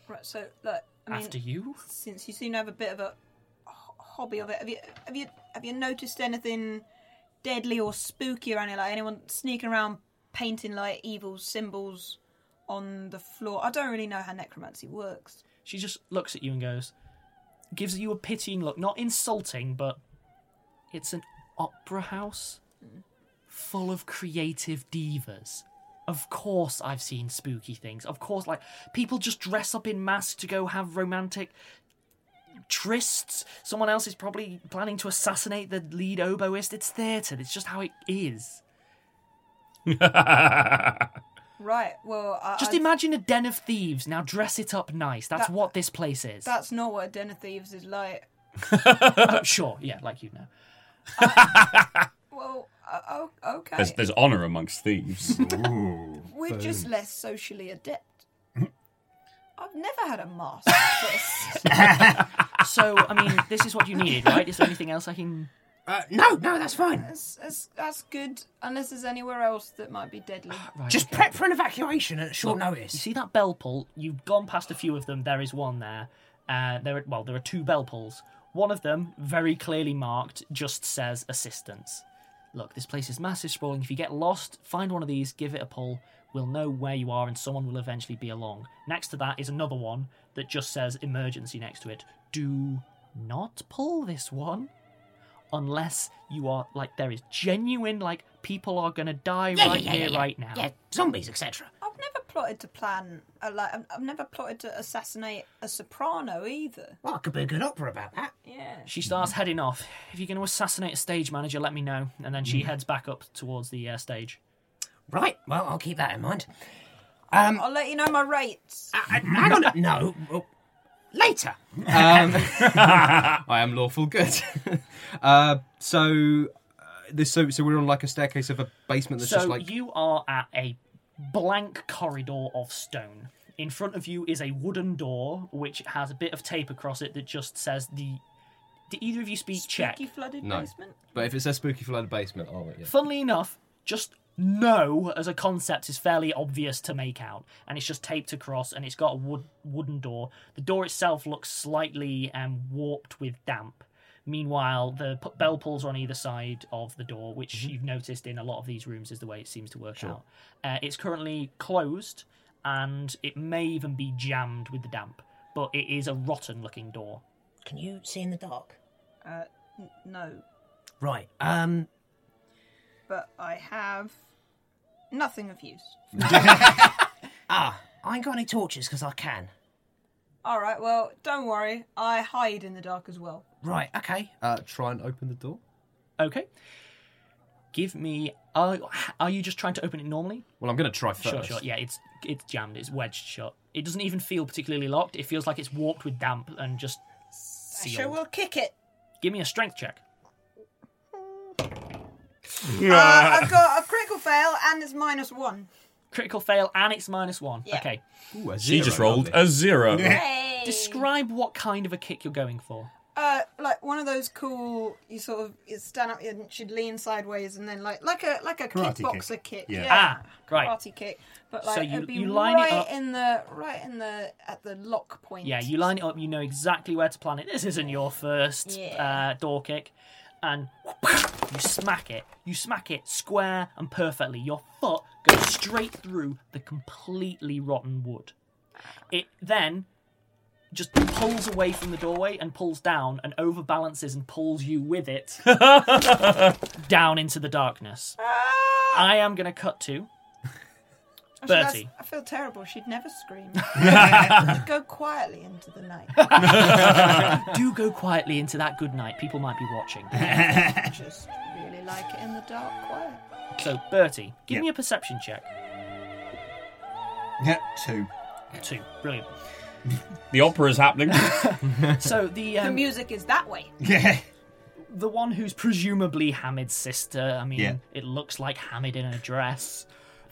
[SPEAKER 4] Right, so look, I mean,
[SPEAKER 2] After you?
[SPEAKER 4] since you seem to have a bit of a h- hobby of it, have you have you have you noticed anything deadly or spooky around here? Like anyone sneaking around painting like evil symbols on the floor? I don't really know how necromancy works.
[SPEAKER 2] She just looks at you and goes, gives you a pitying look, not insulting, but it's an opera house full of creative divas. Of course, I've seen spooky things. Of course, like people just dress up in masks to go have romantic trysts. Someone else is probably planning to assassinate the lead oboist. It's theatre. It's just how it is.
[SPEAKER 4] Uh, Right. Well, I,
[SPEAKER 2] Just
[SPEAKER 4] I-
[SPEAKER 2] imagine a den of thieves. Now dress it up nice. That's
[SPEAKER 4] That-
[SPEAKER 2] what this place is.
[SPEAKER 4] That's not what a den of thieves is like.
[SPEAKER 2] Oh, sure, yeah, like you know.
[SPEAKER 4] Well, uh, oh, okay.
[SPEAKER 6] There's, there's honor amongst thieves.
[SPEAKER 4] We're just less socially adept. I've never had a mask. this.
[SPEAKER 2] so, I mean, this is what you needed, right? Is there anything else I can.
[SPEAKER 7] Uh, no, no, that's fine.
[SPEAKER 4] That's, that's, that's good, unless there's anywhere else that might be deadly.
[SPEAKER 7] Just prep for an evacuation at short
[SPEAKER 2] Look,
[SPEAKER 7] notice.
[SPEAKER 2] You see that bell pull? You've gone past a few of them. There is one there. Uh, there are, well, there are two bell pulls. One of them, very clearly marked, just says assistance. Look, this place is massive sprawling. If you get lost, find one of these, give it a pull. We'll know where you are, and someone will eventually be along. Next to that is another one that just says emergency next to it. Do not pull this one unless you are like there is genuine like people are gonna die
[SPEAKER 4] Yeah, yeah,
[SPEAKER 2] right
[SPEAKER 4] yeah,
[SPEAKER 2] here,
[SPEAKER 4] yeah, yeah.
[SPEAKER 2] right now.
[SPEAKER 4] Yeah,
[SPEAKER 7] zombies, Oh, etc.
[SPEAKER 4] I've never plotted to plan. A, like, I've, I've never plotted to assassinate a soprano either.
[SPEAKER 7] Well, it could be a good opera about that.
[SPEAKER 4] Yeah.
[SPEAKER 2] She starts heading off. If you're going to assassinate a stage manager, let me know. And then she heads back up towards the uh, stage.
[SPEAKER 7] Mm. Right. Well, I'll keep that in mind.
[SPEAKER 4] I'll let you know my rates.
[SPEAKER 7] Um, uh, Hang on. No. well, Later.
[SPEAKER 5] Um, I am lawful good. uh, so, uh, this so so we're on like a staircase of a basement that's
[SPEAKER 2] so
[SPEAKER 5] just like
[SPEAKER 2] you are at a blank corridor of stone. In front of you is a wooden door which has a bit of tape across it that just says the. Do either of you speak Czech?
[SPEAKER 4] Spooky flooded
[SPEAKER 5] no.
[SPEAKER 4] basement.
[SPEAKER 5] But if it says spooky flooded basement, I'll yeah.
[SPEAKER 2] Funnily enough, just no as a concept is fairly obvious to make out, and it's just taped across, and it's got a wood, wooden door. The door itself looks slightly um, warped with damp. Meanwhile, the p- bell pulls are on either side of the door, which
[SPEAKER 7] Mm-hmm.
[SPEAKER 2] you've noticed in a lot of these rooms is the way it seems to work out. Uh, it's currently closed, and it may even be jammed with the damp, but it is a rotten-looking door.
[SPEAKER 7] Can you see in the dark?
[SPEAKER 4] Uh, n- no,
[SPEAKER 7] Right. Um.
[SPEAKER 4] but I have nothing of use.
[SPEAKER 7] Ah, I ain't got any torches because I can.
[SPEAKER 4] All right. Well, don't worry. I hide in the dark as well.
[SPEAKER 7] Right. Okay.
[SPEAKER 5] Uh, try and open the door.
[SPEAKER 2] Okay. Give me. Are, are you just trying to open it normally?
[SPEAKER 5] Well, I'm going to try first.
[SPEAKER 2] Sure, sure. Yeah, it's it's jammed. It's wedged shut. It doesn't even feel particularly locked. It feels like it's warped with damp and just sealed.
[SPEAKER 4] Sure, we'll kick it.
[SPEAKER 2] Give me a strength check.
[SPEAKER 4] Uh, I've got a critical fail and it's minus one.
[SPEAKER 2] Critical fail, and it's minus one.
[SPEAKER 4] Yeah.
[SPEAKER 2] Okay.
[SPEAKER 5] Ooh, a
[SPEAKER 6] She
[SPEAKER 5] zero,
[SPEAKER 6] just rolled
[SPEAKER 5] lovely.
[SPEAKER 6] a zero.
[SPEAKER 4] Hey.
[SPEAKER 2] Describe what kind of a kick you're going for.
[SPEAKER 4] Uh, like one of those cool. You sort of you stand up and she'd lean sideways and then like like a like a
[SPEAKER 3] Karate kick.
[SPEAKER 4] kickboxer kick. Yeah.
[SPEAKER 2] Ah, right.
[SPEAKER 4] Karate kick. But
[SPEAKER 2] So
[SPEAKER 4] like
[SPEAKER 2] you-
[SPEAKER 4] it'd be
[SPEAKER 2] you line it
[SPEAKER 4] right
[SPEAKER 2] up-
[SPEAKER 4] in the right in the at the lock point.
[SPEAKER 2] Yeah, you line it up. You know exactly where to plan it. This isn't your first
[SPEAKER 4] Yeah.
[SPEAKER 2] uh, door kick, and you smack it. You smack it square and perfectly. Your foot goes straight through the completely rotten wood. It then just pulls away from the doorway and pulls down and overbalances and pulls you with it down into the darkness. I am going to cut to
[SPEAKER 4] Oh, she- that's-
[SPEAKER 2] Bertie.
[SPEAKER 4] I feel terrible. She'd never scream. She'd go quietly into the night.
[SPEAKER 2] Do go quietly into that good night. People might be watching.
[SPEAKER 4] Just really like it in the dark, quiet.
[SPEAKER 2] So, Bertie, give
[SPEAKER 3] Yeah.
[SPEAKER 2] me a perception check.
[SPEAKER 3] Yeah, two.
[SPEAKER 2] Two. Brilliant.
[SPEAKER 6] The opera is happening.
[SPEAKER 2] So, the
[SPEAKER 4] the
[SPEAKER 2] um, the,
[SPEAKER 4] music is that way.
[SPEAKER 3] Yeah.
[SPEAKER 2] one who's presumably Hamid's sister, I mean,
[SPEAKER 3] Yeah.
[SPEAKER 2] it looks like Hamid in a dress,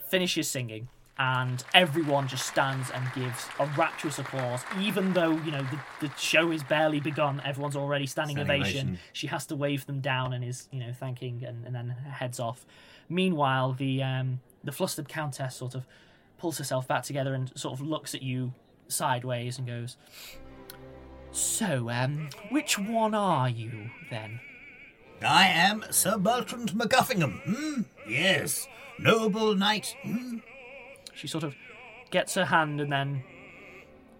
[SPEAKER 2] finishes singing, and everyone just stands and gives a rapturous applause, even though, you know, the, the show is barely begun. Everyone's already standing,
[SPEAKER 3] Standing
[SPEAKER 2] ovation.
[SPEAKER 3] ovation.
[SPEAKER 2] She has to wave them down and is, you know, thanking and, and then heads off. Meanwhile, the um, the flustered countess sort of pulls herself back together and sort of looks at you sideways and goes, So, um, which one are you then?
[SPEAKER 8] I am Sir Bertrand MacGuffingham. Hmm? Yes. Noble knight. Hmm?
[SPEAKER 2] She sort of gets her hand and then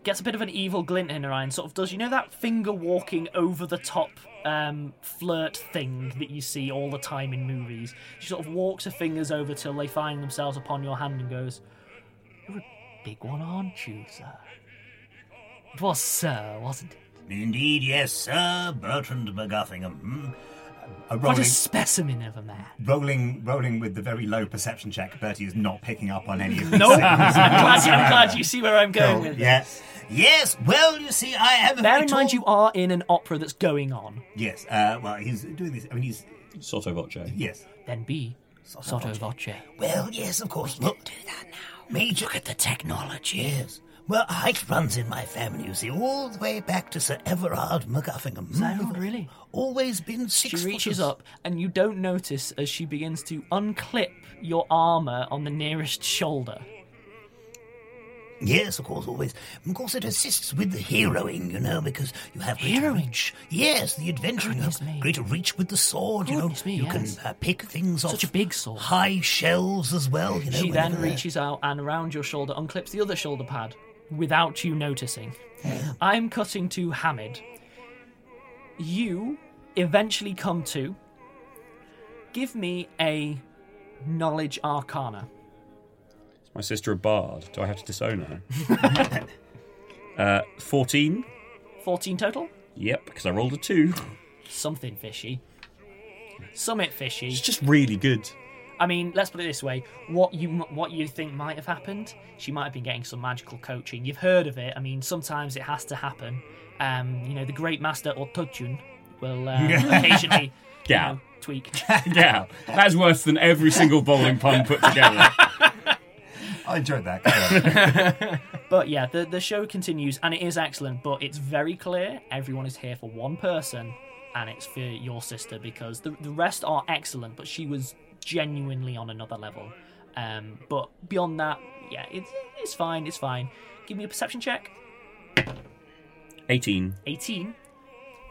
[SPEAKER 2] gets a bit of an evil glint in her eye and sort of does, you know, that finger walking over the top um, flirt thing that you see all the time in movies. She sort of walks her fingers over till they find themselves upon your hand and goes, You're a big one, aren't you, sir? It was sir, wasn't it?
[SPEAKER 8] Indeed, yes, Sir Bertrand MacGuffingham. Hmm.
[SPEAKER 3] A
[SPEAKER 2] What
[SPEAKER 3] rolling-
[SPEAKER 2] a specimen of a man.
[SPEAKER 3] Rolling, rolling with the very low perception check. Bertie is not picking up on any of these
[SPEAKER 2] No,
[SPEAKER 3] things.
[SPEAKER 2] I'm glad, you- I'm glad you see where I'm going
[SPEAKER 3] Cool,
[SPEAKER 2] with this.
[SPEAKER 3] Oh, yeah.
[SPEAKER 8] Yes, well, you see, I have a
[SPEAKER 2] Bear
[SPEAKER 8] very
[SPEAKER 2] in mind, you are in an opera that's going on.
[SPEAKER 3] Yes. Uh, well, he's doing this. I mean, he's
[SPEAKER 6] sotto voce.
[SPEAKER 3] Yes.
[SPEAKER 2] Then B. Sotto voce.
[SPEAKER 8] Well, yes, of course. Look, do that now. Major, look at the technology. Yes. Well, it runs in my family, you see, all the way back to Sir Everard MacGuffingham. hmm?
[SPEAKER 2] Sir Everard, Oh, really?
[SPEAKER 8] Always been six
[SPEAKER 2] She reaches
[SPEAKER 8] footers.
[SPEAKER 2] up, and you don't notice as she begins to unclip your armour on the nearest shoulder.
[SPEAKER 8] Yes, of course, always. Of course, it assists with the heroing, you know, because you have greater reach. Yes, the adventuring you have greater reach with the sword, you know. you
[SPEAKER 2] yes.
[SPEAKER 8] can uh, pick things off
[SPEAKER 2] Such a big sword.
[SPEAKER 8] high shelves as well, you know.
[SPEAKER 2] she then
[SPEAKER 8] whenever- uh,
[SPEAKER 2] reaches out and around your shoulder unclips the other shoulder pad without you noticing. I'm cutting to Hamid. You eventually come to. Give me a knowledge arcana.
[SPEAKER 6] Is my sister a bard? Do I have to disown her? uh, 14?
[SPEAKER 2] 14 total?
[SPEAKER 6] Yep, because I rolled a 2.
[SPEAKER 2] Something fishy. Summit fishy.
[SPEAKER 6] It's just really good.
[SPEAKER 2] I mean, let's put it this way: what you what you think might have happened? She might have been getting some magical coaching. You've heard of it. I mean, sometimes it has to happen. Um, you know, the great master Ototjun will uh, occasionally you
[SPEAKER 6] Yeah.
[SPEAKER 2] know, tweak.
[SPEAKER 6] yeah, that's worse than every single bowling pun put together.
[SPEAKER 3] I enjoyed that. Carry on.
[SPEAKER 2] But yeah, the the show continues and it is excellent. But it's very clear everyone is here for one person, and it's for your sister because the the rest are excellent. But she was genuinely on another level. Um, but beyond that, yeah, it's it's fine. It's fine. Give me a perception check.
[SPEAKER 6] 18.
[SPEAKER 2] 18,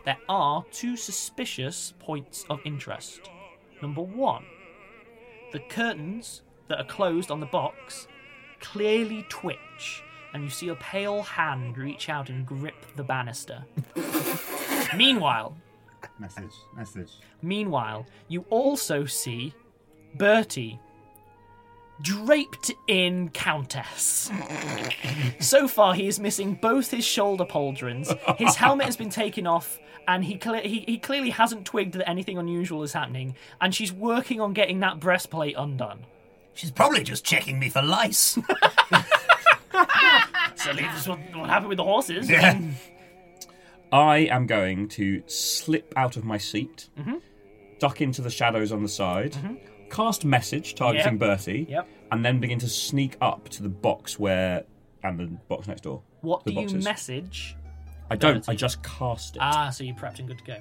[SPEAKER 2] there are two suspicious points of interest. Number one, the curtains that are closed on the box clearly twitch, and you see a pale hand reach out and grip the banister. meanwhile,
[SPEAKER 3] message. Message.
[SPEAKER 2] meanwhile, you also see Bertie draped in Countess. so far, he is missing both his shoulder pauldrons. His helmet has been taken off, and he, cle he he clearly hasn't twigged that anything unusual is happening. And she's working on getting that breastplate undone.
[SPEAKER 8] She's probably just checking me for lice.
[SPEAKER 2] so leave us what, what happened with the horses. Um,
[SPEAKER 6] I am going to slip out of my seat,
[SPEAKER 2] Mhm.
[SPEAKER 6] duck into the shadows on the side, cast message targeting
[SPEAKER 2] Mm-hmm. Yep.
[SPEAKER 6] Bertie,
[SPEAKER 2] Yep.
[SPEAKER 6] and then begin to sneak up to the box where and the box next door.
[SPEAKER 2] What
[SPEAKER 6] the
[SPEAKER 2] do you
[SPEAKER 6] boxes.
[SPEAKER 2] message?
[SPEAKER 6] I don't. I just cast it,
[SPEAKER 2] Ah, so you're prepped and good to go.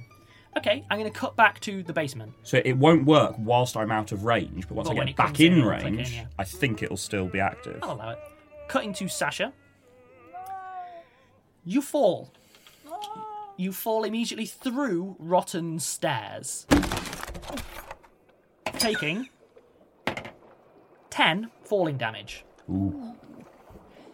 [SPEAKER 2] Okay, I'm going to cut back to the basement.
[SPEAKER 6] so it won't work whilst I'm out of range. But once
[SPEAKER 2] But
[SPEAKER 6] I
[SPEAKER 2] when
[SPEAKER 6] get
[SPEAKER 2] it
[SPEAKER 6] back
[SPEAKER 2] comes in,
[SPEAKER 6] in
[SPEAKER 2] it'll click in,
[SPEAKER 6] range,
[SPEAKER 2] yeah. Oh.
[SPEAKER 6] I think it'll still be active.
[SPEAKER 2] I'll allow it. Cutting to Sasha. You fall. You fall immediately through rotten stairs. Taking 10 falling damage.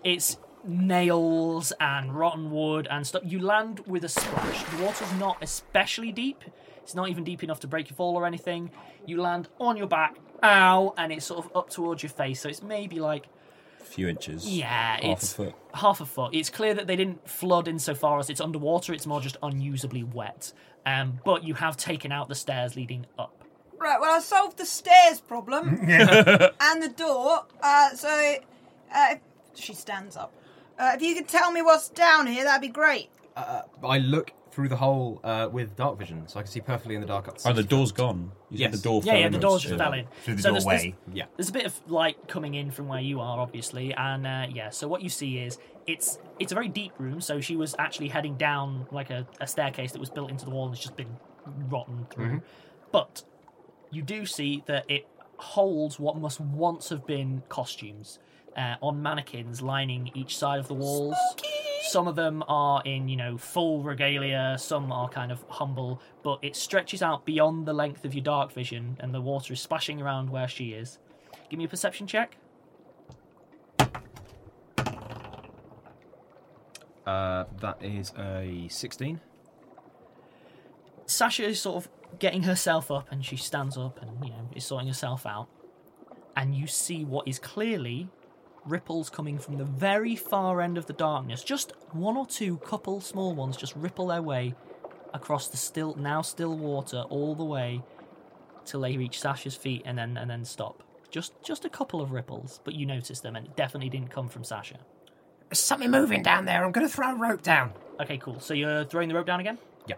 [SPEAKER 2] It's nails and rotten wood and stuff. You land with a splash. The water's not especially deep. It's not even deep enough to break your fall or anything. You land on your back, ow, and it's sort of up towards your face. So it's maybe like
[SPEAKER 6] A few inches.
[SPEAKER 2] yeah,
[SPEAKER 6] half
[SPEAKER 2] it's
[SPEAKER 6] a foot.
[SPEAKER 2] half a foot. It's clear that they didn't flood insofar as it's underwater. It's more just unusably wet. Um, but you have taken out the stairs leading up.
[SPEAKER 4] Right, well, I solved the stairs problem and the door. Uh, so, uh, if she stands up. Uh, if you could tell me what's down here, that'd be great.
[SPEAKER 5] Uh, I look through the hole uh, with dark vision, so I can see perfectly in the dark. Up to
[SPEAKER 6] Oh, the
[SPEAKER 5] 60
[SPEAKER 6] door's
[SPEAKER 5] feet.
[SPEAKER 6] gone. You said
[SPEAKER 5] Yes.
[SPEAKER 6] the door
[SPEAKER 2] Yeah,
[SPEAKER 6] fell
[SPEAKER 2] yeah, the
[SPEAKER 6] inwards.
[SPEAKER 2] door's just fell in. So there's- There's,
[SPEAKER 5] Yeah.
[SPEAKER 2] there's a bit of light coming in from where you are, obviously, and uh, yeah. So what you see is it's it's a very deep room. So she was actually heading down like a, a staircase that was built into the wall and it's just been rotten through. But you do see that it holds what must once have been costumes uh, on mannequins lining each side of the walls. Some of them are in, you know, full regalia, some are kind of humble, but it stretches out beyond the length of your dark vision, and the water is splashing around where she is. Give me a perception check.
[SPEAKER 5] Uh, that is a sixteen.
[SPEAKER 2] Sasha is sort of getting herself up and she stands up and, you know, is sorting herself out. And you see what is clearly ripples coming from the very far end of the darkness. Just one or two couple small ones just ripple their way across the still now still water all the way till they reach Sasha's feet and then and then stop. Just just a couple of ripples, but you notice them and it definitely didn't come from Sasha.
[SPEAKER 7] There's something moving down there. I'm going to throw a rope down.
[SPEAKER 2] Okay, cool. So you're throwing the rope down again?
[SPEAKER 6] Yeah.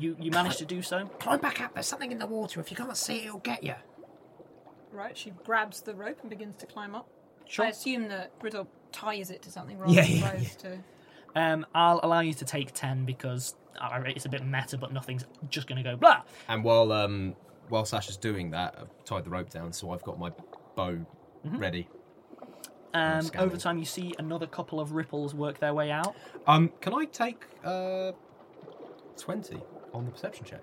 [SPEAKER 2] You you managed to do so?
[SPEAKER 7] Climb back up. There's something in the water. If you can't see it, it'll get you.
[SPEAKER 4] Right, she grabs the rope and begins to climb up.
[SPEAKER 2] Sure.
[SPEAKER 4] I assume that Griddle ties it to something rather
[SPEAKER 2] Yeah,
[SPEAKER 4] than
[SPEAKER 2] yeah,
[SPEAKER 4] tries to.
[SPEAKER 2] Um, I'll allow you to take ten because uh, it's a bit meta, but nothing's just going to go blah.
[SPEAKER 5] And while um while Sasha's doing that, I've tied the rope down, so I've got my bow
[SPEAKER 2] Mhm.
[SPEAKER 5] ready.
[SPEAKER 2] Um,
[SPEAKER 5] scanning.
[SPEAKER 2] over time, you see another couple of ripples work their way out.
[SPEAKER 5] Um, can I take uh twenty on the perception check?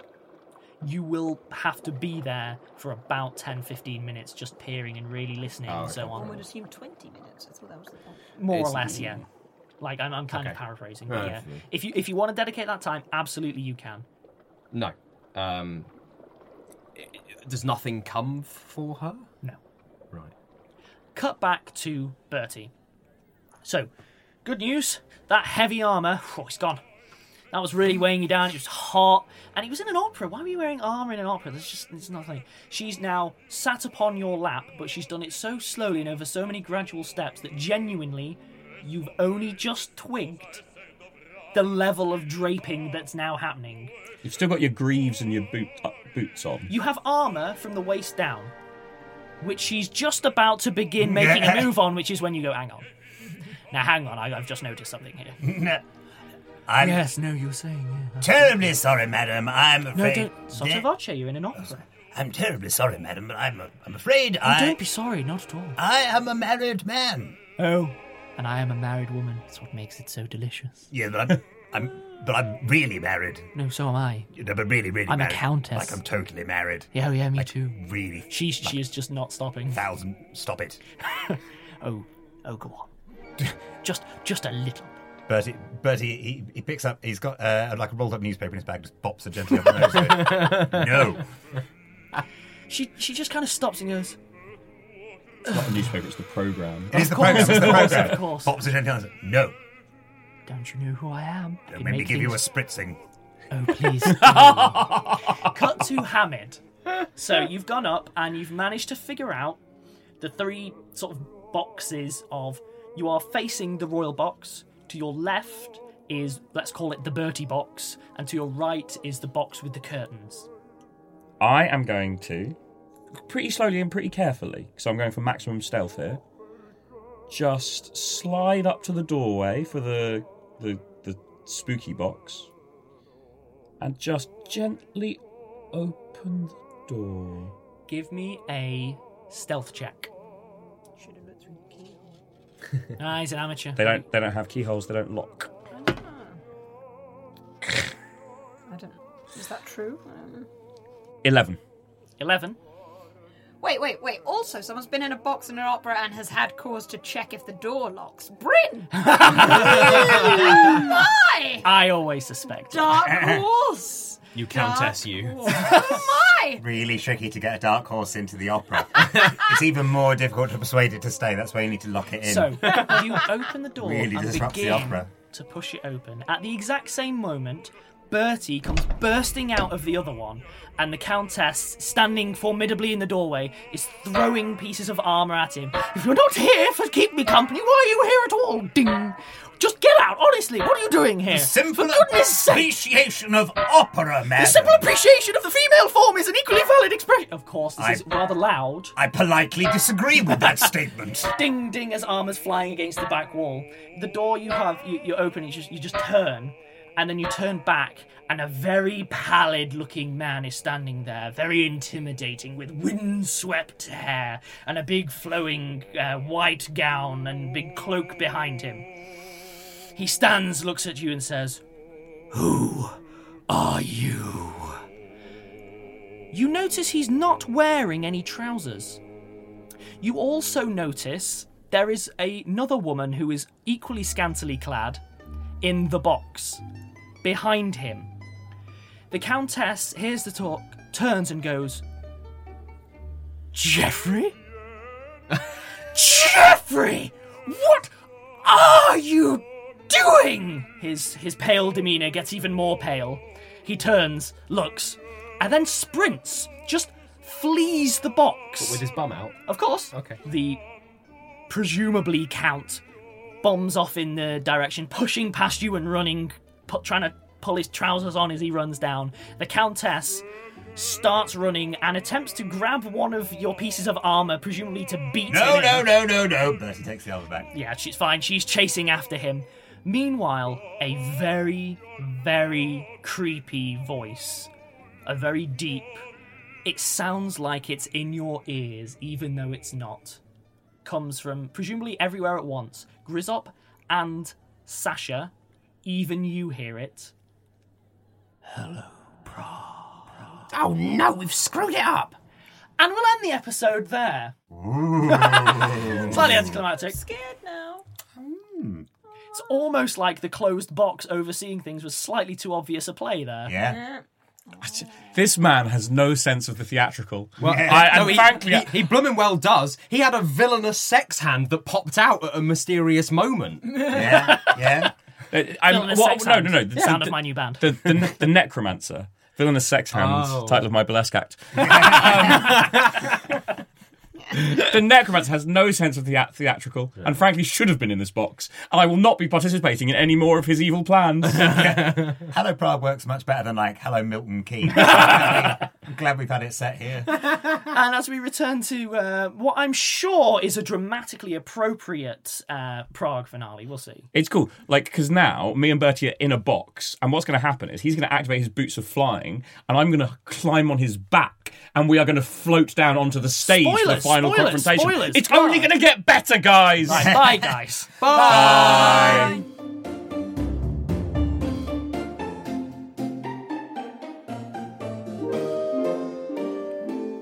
[SPEAKER 2] You will have to be there for about 10, 15 minutes, just peering and really listening
[SPEAKER 5] Oh,
[SPEAKER 2] and so
[SPEAKER 5] okay.
[SPEAKER 4] One
[SPEAKER 2] on.
[SPEAKER 4] would assume 20 minutes. I thought that was the point.
[SPEAKER 2] More
[SPEAKER 5] It's-
[SPEAKER 2] or less, yeah. Like I'm, I'm kind of
[SPEAKER 5] Okay.
[SPEAKER 2] paraphrasing, but
[SPEAKER 5] Right.
[SPEAKER 2] yeah. If you if you want to dedicate that time, absolutely you can.
[SPEAKER 5] No. Um, i- i- does nothing come for her?
[SPEAKER 2] No.
[SPEAKER 5] Right.
[SPEAKER 2] cut back to Bertie. So, good news that heavy armour, oh, it's gone. That was really weighing you down. It was hot. And it was in an opera. Why were you wearing armour in an opera? There's just it's nothing. She's now sat upon your lap, but she's done it so slowly and over so many gradual steps that genuinely you've only just twigged the level of draping that's now happening.
[SPEAKER 6] You've still got your greaves and your boot, uh, boots on.
[SPEAKER 2] You have armour from the waist down, which she's just about to begin making a move on, which is when you go, hang on. Now, hang on, I, I've just noticed something here.
[SPEAKER 8] I'm
[SPEAKER 2] yes, no, you were saying.
[SPEAKER 8] terribly sorry, madam. I'm
[SPEAKER 2] No,
[SPEAKER 8] afraid.
[SPEAKER 2] don't. Sotto voce, you're in an opera.
[SPEAKER 8] I'm terribly sorry, madam, but I'm, uh, I'm afraid
[SPEAKER 2] Oh,
[SPEAKER 8] I.
[SPEAKER 2] don't be sorry, not at all.
[SPEAKER 8] I am a married man.
[SPEAKER 2] Oh. And I am a married woman. That's what makes it so delicious.
[SPEAKER 8] Yeah, but I'm, I'm, but I'm really married.
[SPEAKER 2] No, so am I.
[SPEAKER 8] You know, but really, really
[SPEAKER 2] I'm a
[SPEAKER 8] married.
[SPEAKER 2] countess.
[SPEAKER 8] Like I'm totally married.
[SPEAKER 2] Yeah, oh, yeah, me too.
[SPEAKER 8] Really.
[SPEAKER 2] She's she is just not stopping.
[SPEAKER 8] Thousand. Stop it.
[SPEAKER 2] oh, oh, go on. just, just a little.
[SPEAKER 3] Bertie, Bertie, he, he picks up. He's got uh, like a rolled up newspaper in his bag. Just bops her gently on the nose. with it. no.
[SPEAKER 2] She she just kind of stops and goes.
[SPEAKER 6] It's not the newspaper, it's the programme.
[SPEAKER 3] It is the
[SPEAKER 2] Of course,
[SPEAKER 3] program. It's the
[SPEAKER 2] of course,
[SPEAKER 3] program.
[SPEAKER 2] of course.
[SPEAKER 3] Bops her gently on the nose. No.
[SPEAKER 2] Don't you know who I am? I
[SPEAKER 3] Don't
[SPEAKER 2] can
[SPEAKER 3] make me
[SPEAKER 2] make
[SPEAKER 3] give you a
[SPEAKER 2] things-
[SPEAKER 3] spritzing.
[SPEAKER 2] Oh, please. Cut to Hamid. So you've gone up and you've managed to figure out the three sort of boxes of you are facing the royal box. To your left is let's call it the Bertie box, and to your right is the box with the curtains.
[SPEAKER 6] I am going to, pretty slowly and pretty carefully, because I'm going for maximum stealth here, just slide up to the doorway for the, the, the spooky box and just gently open the door.
[SPEAKER 2] Give me a stealth check.
[SPEAKER 4] Should have looked through the key.
[SPEAKER 2] Ah, he's an amateur.
[SPEAKER 6] They don't, they don't have keyholes, they don't lock.
[SPEAKER 4] I don't know. Is that true? Um, I don't know.
[SPEAKER 6] 11.
[SPEAKER 2] Eleven.
[SPEAKER 4] Wait, wait, wait. Also, someone's been in a box in an opera and has had cause to check if the door locks. Bryn! my!
[SPEAKER 2] I always suspect.
[SPEAKER 4] Dark horse!
[SPEAKER 11] You countess, you.
[SPEAKER 4] Oh my!
[SPEAKER 3] Really tricky to get a dark horse into the opera. it's even more difficult to persuade it to stay. That's why you need to lock it in.
[SPEAKER 2] So you open the door
[SPEAKER 3] Really
[SPEAKER 2] and
[SPEAKER 3] disrupts the
[SPEAKER 2] begin
[SPEAKER 3] opera.
[SPEAKER 2] to push it open. At the exact same moment, Bertie comes bursting out of the other one, and the Countess, standing formidably in the doorway, is throwing pieces of armour at him. If you're not here for keep me company, why are you here at all? Ding! Just get out, honestly. What are you doing here?
[SPEAKER 8] The simple
[SPEAKER 2] For goodness sake!
[SPEAKER 8] appreciation of opera,
[SPEAKER 2] The
[SPEAKER 8] madam.
[SPEAKER 2] simple appreciation of the female form is an equally valid expression. Of course, this
[SPEAKER 8] I-
[SPEAKER 2] is rather loud.
[SPEAKER 8] I politely disagree with that statement.
[SPEAKER 2] ding ding as armor's flying against the back wall. The door you have, you, you open, you just, you just turn, and then you turn back, and a very pallid looking man is standing there, very intimidating, with windswept hair, and a big flowing uh, white gown and big cloak behind him. He stands, looks at you, and says, Who are you? You notice he's not wearing any trousers. You also notice there is a- another woman who is equally scantily clad in the box behind him. The Countess hears the talk, turns and goes, Jeffrey? Jeffrey!
[SPEAKER 7] Geoffrey, what are you doing?
[SPEAKER 2] His his pale demeanor gets even more pale. He turns, looks, and then sprints, just flees the box.
[SPEAKER 5] But with his bum out.
[SPEAKER 2] Of course.
[SPEAKER 5] Okay.
[SPEAKER 2] The presumably count bombs off in the direction, pushing past you and running, pu- trying to pull his trousers on as he runs down. The countess starts running and attempts to grab one of your pieces of armor, presumably to beat
[SPEAKER 3] No,
[SPEAKER 2] him.
[SPEAKER 3] no,
[SPEAKER 2] in.
[SPEAKER 3] no, no, no. Bertie takes the other back.
[SPEAKER 2] Yeah, she's fine. She's chasing after him. Meanwhile, a very, very creepy voice, a very deep. It sounds like it's in your ears, even though it's not. Comes from presumably everywhere at once. Grizzop and Sasha, even you hear it.
[SPEAKER 7] Oh no, we've screwed it up.
[SPEAKER 2] And we'll end the episode there. Slightly anticlimactic.
[SPEAKER 4] Scared now.
[SPEAKER 2] It's almost like the closed box overseeing things was slightly too obvious a play there.
[SPEAKER 6] This man has no sense of the theatrical.
[SPEAKER 5] Well,
[SPEAKER 6] I, and
[SPEAKER 5] no, he,
[SPEAKER 6] frankly,
[SPEAKER 5] he, he blooming well does. He had a villainous sex hand that popped out at a mysterious moment.
[SPEAKER 3] Yeah, yeah.
[SPEAKER 6] Uh, I'm,
[SPEAKER 2] Villainous
[SPEAKER 6] well,
[SPEAKER 2] sex
[SPEAKER 6] no,
[SPEAKER 2] hand.
[SPEAKER 6] no, no.
[SPEAKER 2] The sound of my new band.
[SPEAKER 6] The, the, ne- the Necromancer. Villainous Sex Hands,
[SPEAKER 2] Oh.
[SPEAKER 6] title of my burlesque act. Um, the Necromancer has no sense of the theatrical and frankly should have been in this box. And I will not be participating in any more of his evil plans.
[SPEAKER 3] Hello Prague works much better than like Hello Milton Keynes. I'm glad we've had it set here.
[SPEAKER 2] and as we return to uh, what I'm sure is a dramatically appropriate uh, Prague finale, we'll see.
[SPEAKER 6] It's cool, like because now me and Bertie are in a box, and what's going to happen is he's going to activate his boots of flying, and I'm going to climb on his back, and we are going to float down onto the stage for the
[SPEAKER 2] Spoilers,
[SPEAKER 6] final
[SPEAKER 2] spoilers,
[SPEAKER 6] confrontation.
[SPEAKER 2] spoilers.
[SPEAKER 6] It's only going to get better, guys.
[SPEAKER 2] Right, bye, guys.
[SPEAKER 6] Bye.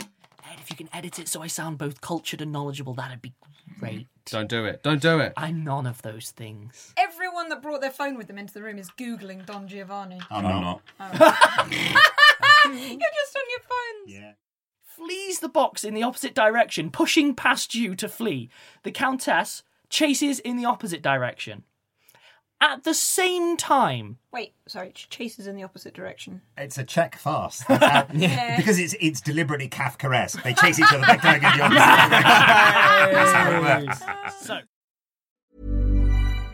[SPEAKER 2] Ed, if you can edit it so I sound both cultured and knowledgeable, that'd be great.
[SPEAKER 5] Don't do it. Don't do it.
[SPEAKER 2] I'm none of those things.
[SPEAKER 4] Everyone that brought their phone with them into the room is googling Don Giovanni. Oh.
[SPEAKER 6] I'm not.
[SPEAKER 4] You're just on your phones.
[SPEAKER 3] Yeah.
[SPEAKER 2] flees the box in the opposite direction, pushing past you to flee. The Countess chases in the opposite direction. At the same time,
[SPEAKER 4] Wait, sorry, ch- chases in the opposite direction.
[SPEAKER 3] It's a check fast. Because it's it's deliberately Kafkaesque. They chase each other back going in the opposite direction. That's how it
[SPEAKER 12] Ah.
[SPEAKER 3] works.
[SPEAKER 2] so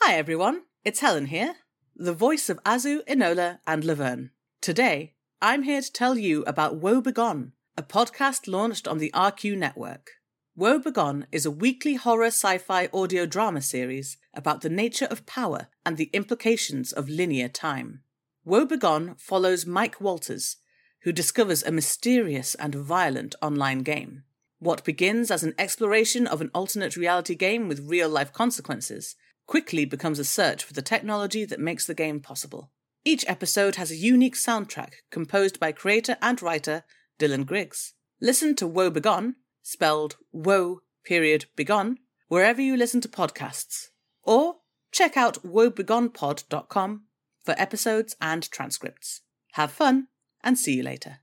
[SPEAKER 12] Hi everyone, it's Helen here, the voice of Azu, Enola, and Laverne. Today, I'm here to tell you about Woe Begone, a podcast launched on the RQ network. Woe Begone is a weekly horror sci fi audio drama series about the nature of power and the implications of linear time. Woe Begone follows Mike Walters, who discovers a mysterious and violent online game. What begins as an exploration of an alternate reality game with real life consequences quickly becomes a search for the technology that makes the game possible. Each episode has a unique soundtrack composed by creator and writer Dylan Griggs. Listen to Woe Begone, spelled Woe period Begone, wherever you listen to podcasts, or check out woebegonepod.com for episodes and transcripts. Have fun and see you later.